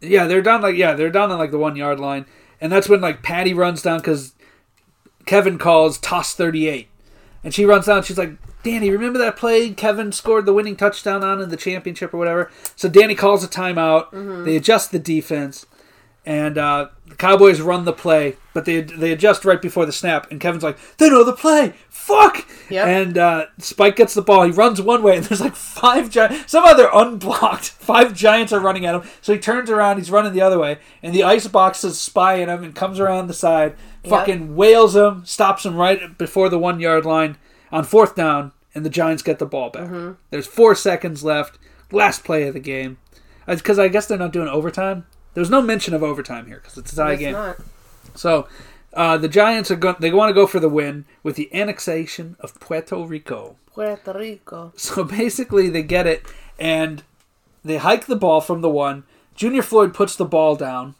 A: yeah, they're down like yeah, they're down on like the one yard line, and that's when like Patty runs down because Kevin calls toss thirty eight, and she runs down. She's like, Danny, remember that play Kevin scored the winning touchdown on in the championship or whatever? So Danny calls a timeout. They adjust the defense, and uh, the Cowboys run the play, but they they adjust right before the snap, and Kevin's like, "They know the play, fuck!"
B: Yep.
A: And uh, Spike gets the ball. He runs one way, and there's like five giants. Somehow they're unblocked. Five giants are running at him, so he turns around. He's running the other way, and the ice box is spying him, and comes around the side, fucking wails him, stops him right before the one yard line on fourth down, and the Giants get the ball back.
B: Mm-hmm.
A: There's four seconds left. Last play of the game, because I guess they're not doing overtime. There's no mention of overtime here because it's a tie
B: It's
A: game.
B: not.
A: So uh, the Giants are going. They want to go for the win with the annexation of Puerto Rico.
B: Puerto Rico.
A: So basically, they get it and they hike the ball from the one. Junior Floyd puts the ball down.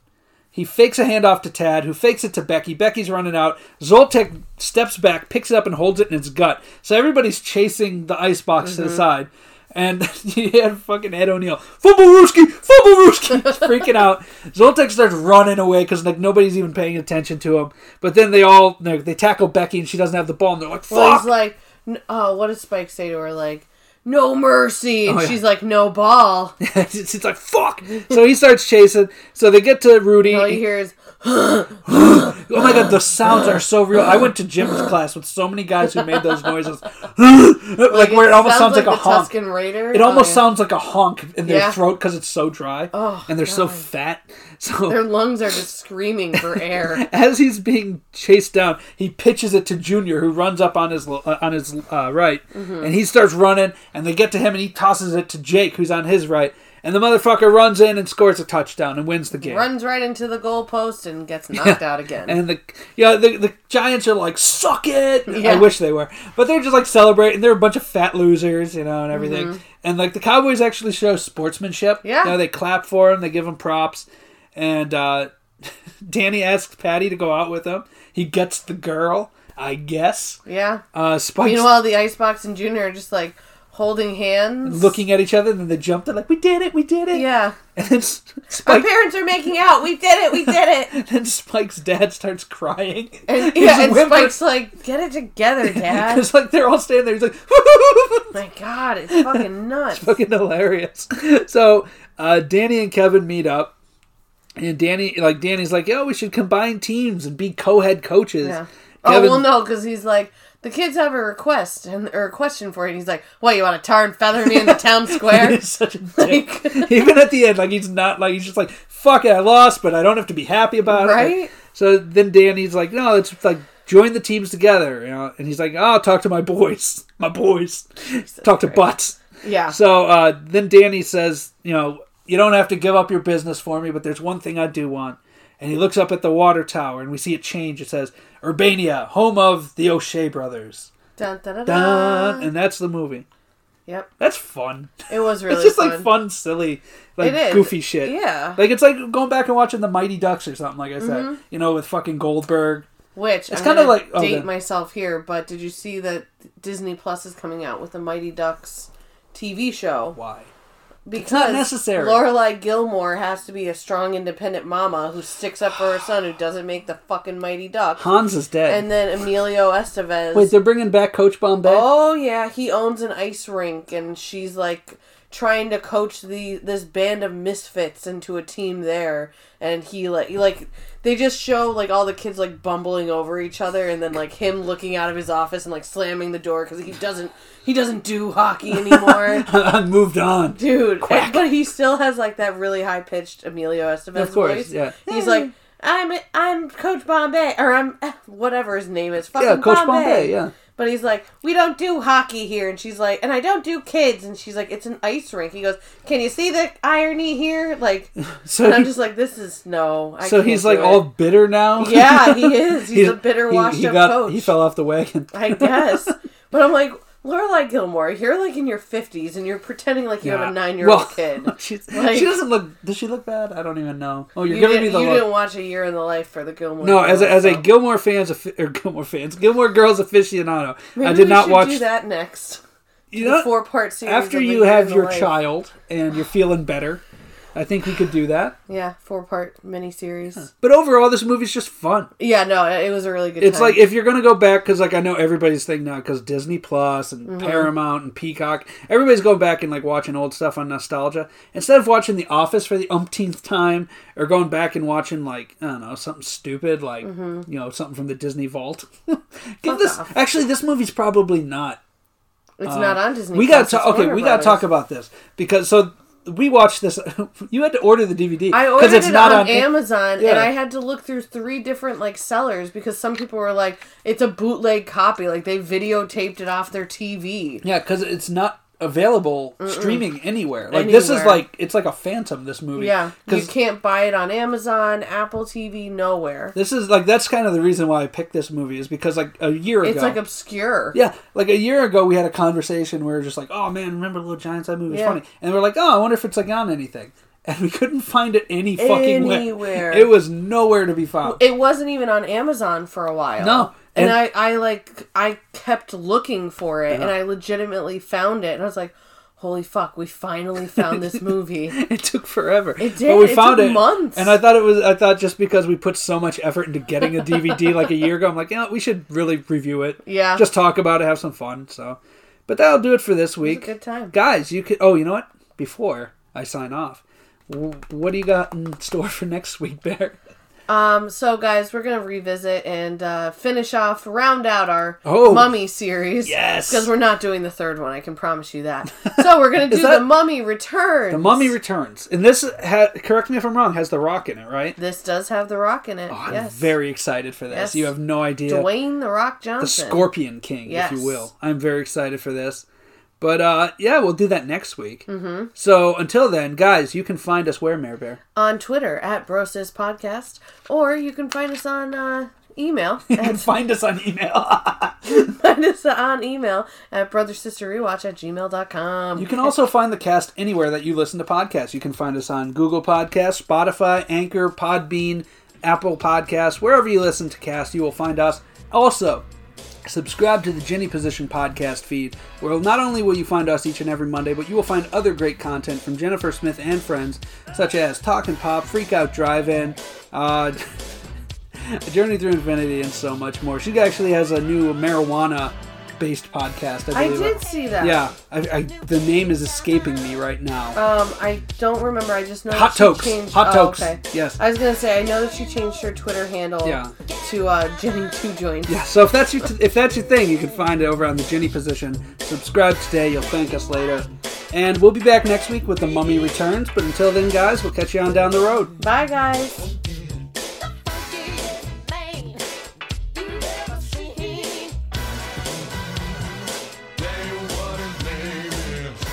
A: He fakes a handoff to Tad, who fakes it to Becky. Becky's running out. Zoltek steps back, picks it up, and holds it in his gut. So everybody's chasing the ice box to the side. And you had fucking Ed O'Neill, fumble Rooski, fumble Rooski, He's freaking out. Zoltek starts running away because like nobody's even paying attention to him. But then they all like, they tackle Becky and she doesn't have the ball, and they're like, "Fuck!"
B: Well, he's like, n- oh, what did Spike say to her? Like, no mercy. And
A: Oh, yeah.
B: she's like, no ball.
A: it's, it's- it's like fuck. So he starts chasing. So they get to Rudy.
B: All you hear is,
A: oh my god, the sounds are so real. I went to Jim's class with so many guys who made those noises, like, where it almost sounds, like, a
B: the
A: honk.
B: Tuscan Raider.
A: It almost
B: Oh, yeah.
A: sounds like a honk in their
B: Yeah.
A: throat because it's so dry
B: Oh,
A: and they're so
B: God.
A: fat. So
B: Their lungs are just screaming for air.
A: as he's being chased down, he pitches it to Junior, who runs up on his uh, on his uh, right,
B: Mm-hmm.
A: and he starts running, and they get to him, and he tosses it to Jake, who's on his right, and the motherfucker runs in and scores a touchdown and wins the game.
B: Runs right into the goalpost and gets knocked out again.
A: And the yeah, the, the Giants are like, suck it. I
B: Yeah.
A: wish they were, but they're just like celebrating. They're a bunch of fat losers, you know, and everything. And like the Cowboys actually show sportsmanship.
B: Mm-hmm. Yeah.
A: you know, they clap for him. They give him props. And uh, Danny asks Patty to go out with him. He gets the girl, I guess.
B: yeah.
A: Uh, Spike's
B: Meanwhile, the Icebox and Junior are just like holding hands.
A: looking at each other, and then they jump. They're like, we did it, we did it.
B: Yeah.
A: And then S-
B: Our
A: Spike,
B: parents are making out. We did it. We did it.
A: then Spike's dad starts crying.
B: And,
A: He's
B: yeah, and
A: whimpering.
B: Spike's like, get it together, Dad.
A: Because like they're all standing there. He's like,
B: My God, it's fucking nuts.
A: fucking hilarious. So uh, Danny and Kevin meet up, and Danny like Danny's like, "Yo, we should combine teams and be co-head coaches."
B: Yeah.
A: Kevin,
B: Oh well, no, because he's like the kids have a request and or a question for you. And he's like, "What you want to tar and feather me in the town square?"
A: He's such a dick.
B: like,
A: Even at the end, like he's not like he's just like, "Fuck it, I lost, but I don't have to be happy about it."
B: right?
A: So then Danny's like, "No, it's like." Join the teams together, you know, and he's like, "I'll talk to my boys, my boys, talk to
B: Christ.
A: butts."
B: Yeah.
A: So uh, then Danny says, you know, you don't have to give up your business for me, but there's one thing I do want. And he looks up at the water tower, and we see it change. It says Urbania, home of the O'Shea brothers.
B: Dun, dun, dun,
A: Dun!
B: dun.
A: And that's the movie.
B: Yep.
A: That's fun.
B: It was really
A: it's just
B: fun.
A: like fun, silly, like
B: It is.
A: goofy shit.
B: Yeah. Mm-hmm.
A: Like it's like going back and watching the Mighty Ducks or something. Like I said, you know, with fucking Goldberg.
B: Which
A: It's
B: I'm
A: kinda
B: gonna
A: like- oh,
B: date
A: go.
B: myself here, but did you see that Disney Plus is coming out with the Mighty Ducks TV show?
A: Why?
B: Because
A: necessary.
B: Lorelai Gilmore has to be a strong, independent mama who sticks up for her son who doesn't make the fucking Mighty Duck.
A: Hans is dead.
B: And then Emilio Estevez.
A: Wait, they're bringing back Coach Bombay.
B: Oh yeah, he owns an ice rink, and she's like trying to coach the this band of misfits into a team there. And he like he, like they just show like all the kids like bumbling over each other, and then like him looking out of his office and like slamming the door because he doesn't he doesn't do hockey anymore.
A: I moved on.
B: Oh. Dude, but he still has like that really high pitched Emilio Estevez
A: Of course,
B: voice.
A: yeah.
B: He's like, I'm I'm Coach Bombay, or I'm whatever his name is. Fucking
A: Yeah, Coach Bombay.
B: Bombay.
A: yeah.
B: But he's like, we don't do hockey here. And she's like, and I don't do kids. And she's like, it's an ice rink. He goes, can you see the irony here? Like,
A: So
B: and I'm
A: he-
B: just like, this is no. I
A: So
B: can't
A: he's
B: do
A: like
B: it.
A: all bitter now.
B: Yeah, he is. He's a bitter,
A: he- he,
B: washed-up
A: got-
B: coach.
A: He fell off the wagon.
B: I guess. but I'm like, Lorelai Gilmore, you're like in your 50s and you're pretending like you have a nine year old
A: Well,
B: kid.
A: she's-
B: Like-
A: she doesn't look. Does she look bad? I don't even know. Oh, you're
B: You,
A: giving
B: didn't,
A: me the
B: you
A: look.
B: didn't watch A Year in the Life for the Gilmore.
A: No, as a, as
B: Girls,
A: a
B: so
A: Gilmore fans affi- or Gilmore fans, Gilmore Girls aficionado,
B: maybe
A: I did
B: we
A: not
B: should
A: watch.
B: do that next.
A: You
B: The
A: know,
B: four part series.
A: after
B: of A
A: you
B: Year
A: have
B: in
A: your
B: the Life.
A: child and you're feeling better, I think we could do that.
B: Yeah, four part miniseries.
A: But overall, this movie's just fun.
B: Yeah, no, it it was a really good.
A: It's
B: time.
A: like if you're gonna go back because like I know everybody's thing now because Disney Plus and
B: Mm-hmm.
A: Paramount and Peacock, everybody's going back and like watching old stuff on nostalgia instead of watching The Office for the umpteenth time or going back and watching like I don't know something stupid like you know something from the Disney Vault. Give this
B: Mm-hmm. off.
A: actually this movie's probably not
B: it's not on Disney.
A: uh, we got
B: Plus,
A: to
B: it's
A: okay.
B: Warner
A: We got to
B: Brothers.
A: talk about this because so we watched this. you had to order the DVD
B: I
A: because
B: ordered
A: it's
B: it
A: not
B: on,
A: on,
B: Amazon,
A: Yeah.
B: and I had to look through three different like sellers because some people were like, "It's a bootleg copy," like they videotaped it off their TV.
A: Yeah, because it's not available streaming anywhere. Like this is
B: Anywhere.
A: like it's like a phantom. This movie.
B: Yeah, you
A: because
B: can't buy it on Amazon, Apple TV, nowhere.
A: this is like that's kind of the reason why I picked this movie is because like a year ago.
B: It's like obscure.
A: yeah, like a year ago, we had a conversation where we are just like, "Oh man, remember Little Giants? That movie was
B: Yeah.
A: funny." And we're like, "Oh, I wonder if it's like on anything." And we couldn't find it any fucking where.
B: Anywhere.
A: It was nowhere to be found.
B: It wasn't even on Amazon for a while.
A: No,
B: And,
A: and-
B: I, I like I kept looking for it and I legitimately found it and I was like, Holy fuck, we finally found this movie.
A: It took forever. It
B: did. It took months.
A: And I thought it was. I thought just because we put so much effort into getting a DVD like a year ago, I'm like, yeah, we should really review it.
B: Yeah.
A: Just talk about it, have some fun. So, but that'll do it for this week.
B: good time.
A: guys. You could. Oh, you know what? Before I sign off, w- what do you got in store for next week, Bear?
B: Um, so guys, we're gonna revisit and uh, finish off, round out our
A: Oh.
B: mummy series.
A: Yes.
B: Because we're not doing the third one, I can promise you that. So we're gonna do
A: that-
B: the mummy return.
A: The Mummy Returns, and this ha- correct me if I'm wrong has the Rock in it, right?
B: This does have the rock in it.
A: Oh, I'm
B: yes.
A: very excited for this.
B: Yes.
A: You have no idea.
B: Dwayne the Rock
A: the
B: Johnson.
A: Scorpion King, if
B: Yes.
A: you will. I'm very excited for this. But uh, yeah, we'll do that next week. Mm-hmm. So until then, guys, you can find us where, Mare Bear?
B: on Twitter at Brosis Podcast, or you can find us on uh, email.
A: You can find us on email.
B: find us on email at brothersisterrewatch at gmail.com.
A: you can also find the cast anywhere that you listen to podcasts. You can find us on Google Podcasts, Spotify, Anchor, Podbean, Apple Podcasts, wherever you listen to cast, you will find us. Also, subscribe to the Jenny Position podcast feed, where not only will you find us each and every Monday, but you will find other great content from Jennifer Smith and friends, such as Talk and Pop, Freak Out Drive In, uh, Journey Through Infinity, and so much more. She actually has a new marijuana based podcast, I
B: I
A: believe.
B: did see that.
A: Yeah, I, I, the name is escaping me right now.
B: Um, I don't remember. I just know
A: Hot
B: that she
A: Tokes.
B: changed.
A: Hot
B: oh,
A: Tokes.
B: Okay.
A: Yes.
B: I was gonna say I know that she changed her Twitter handle
A: Yeah.
B: to uh, Jenny Two Joint.
A: Yeah, so if that's your if that's your thing, you can find it over on the Jenny position. Subscribe today; you'll thank us later. And we'll be back next week with the Mummy Returns. But until then, guys, we'll catch you on down the road.
B: Bye guys.
C: The funkiest man you ever seen.
D: Name what his name is.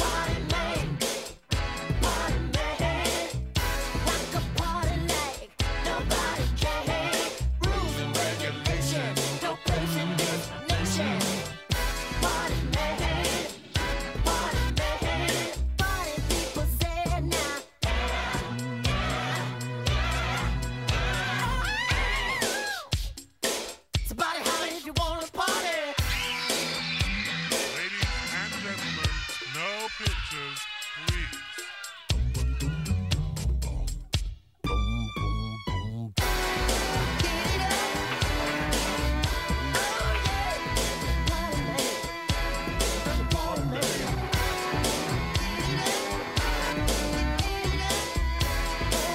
C: What a man, what a man. Rock a party like nobody can. Rules and regulations, no place in this nation. What a man, what a man. Party people say now. Oh, Somebody holler if you wanna party.
D: Ladies and gentlemen, no pictures, please.
C: Get it up. Oh yeah. Party man. Party man. Get it up. Get it up. Hey. I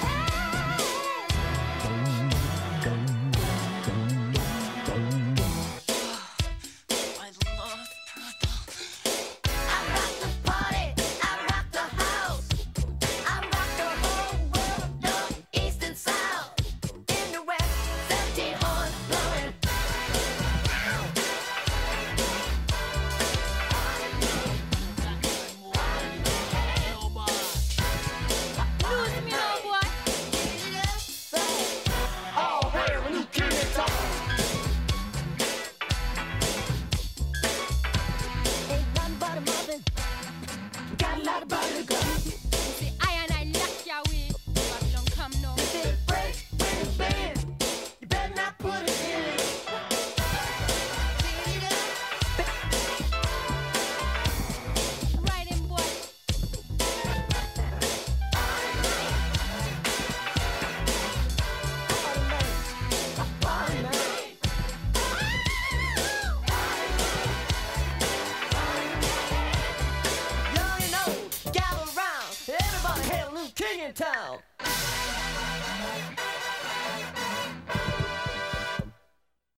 C: rock the party. I rock real new king in town.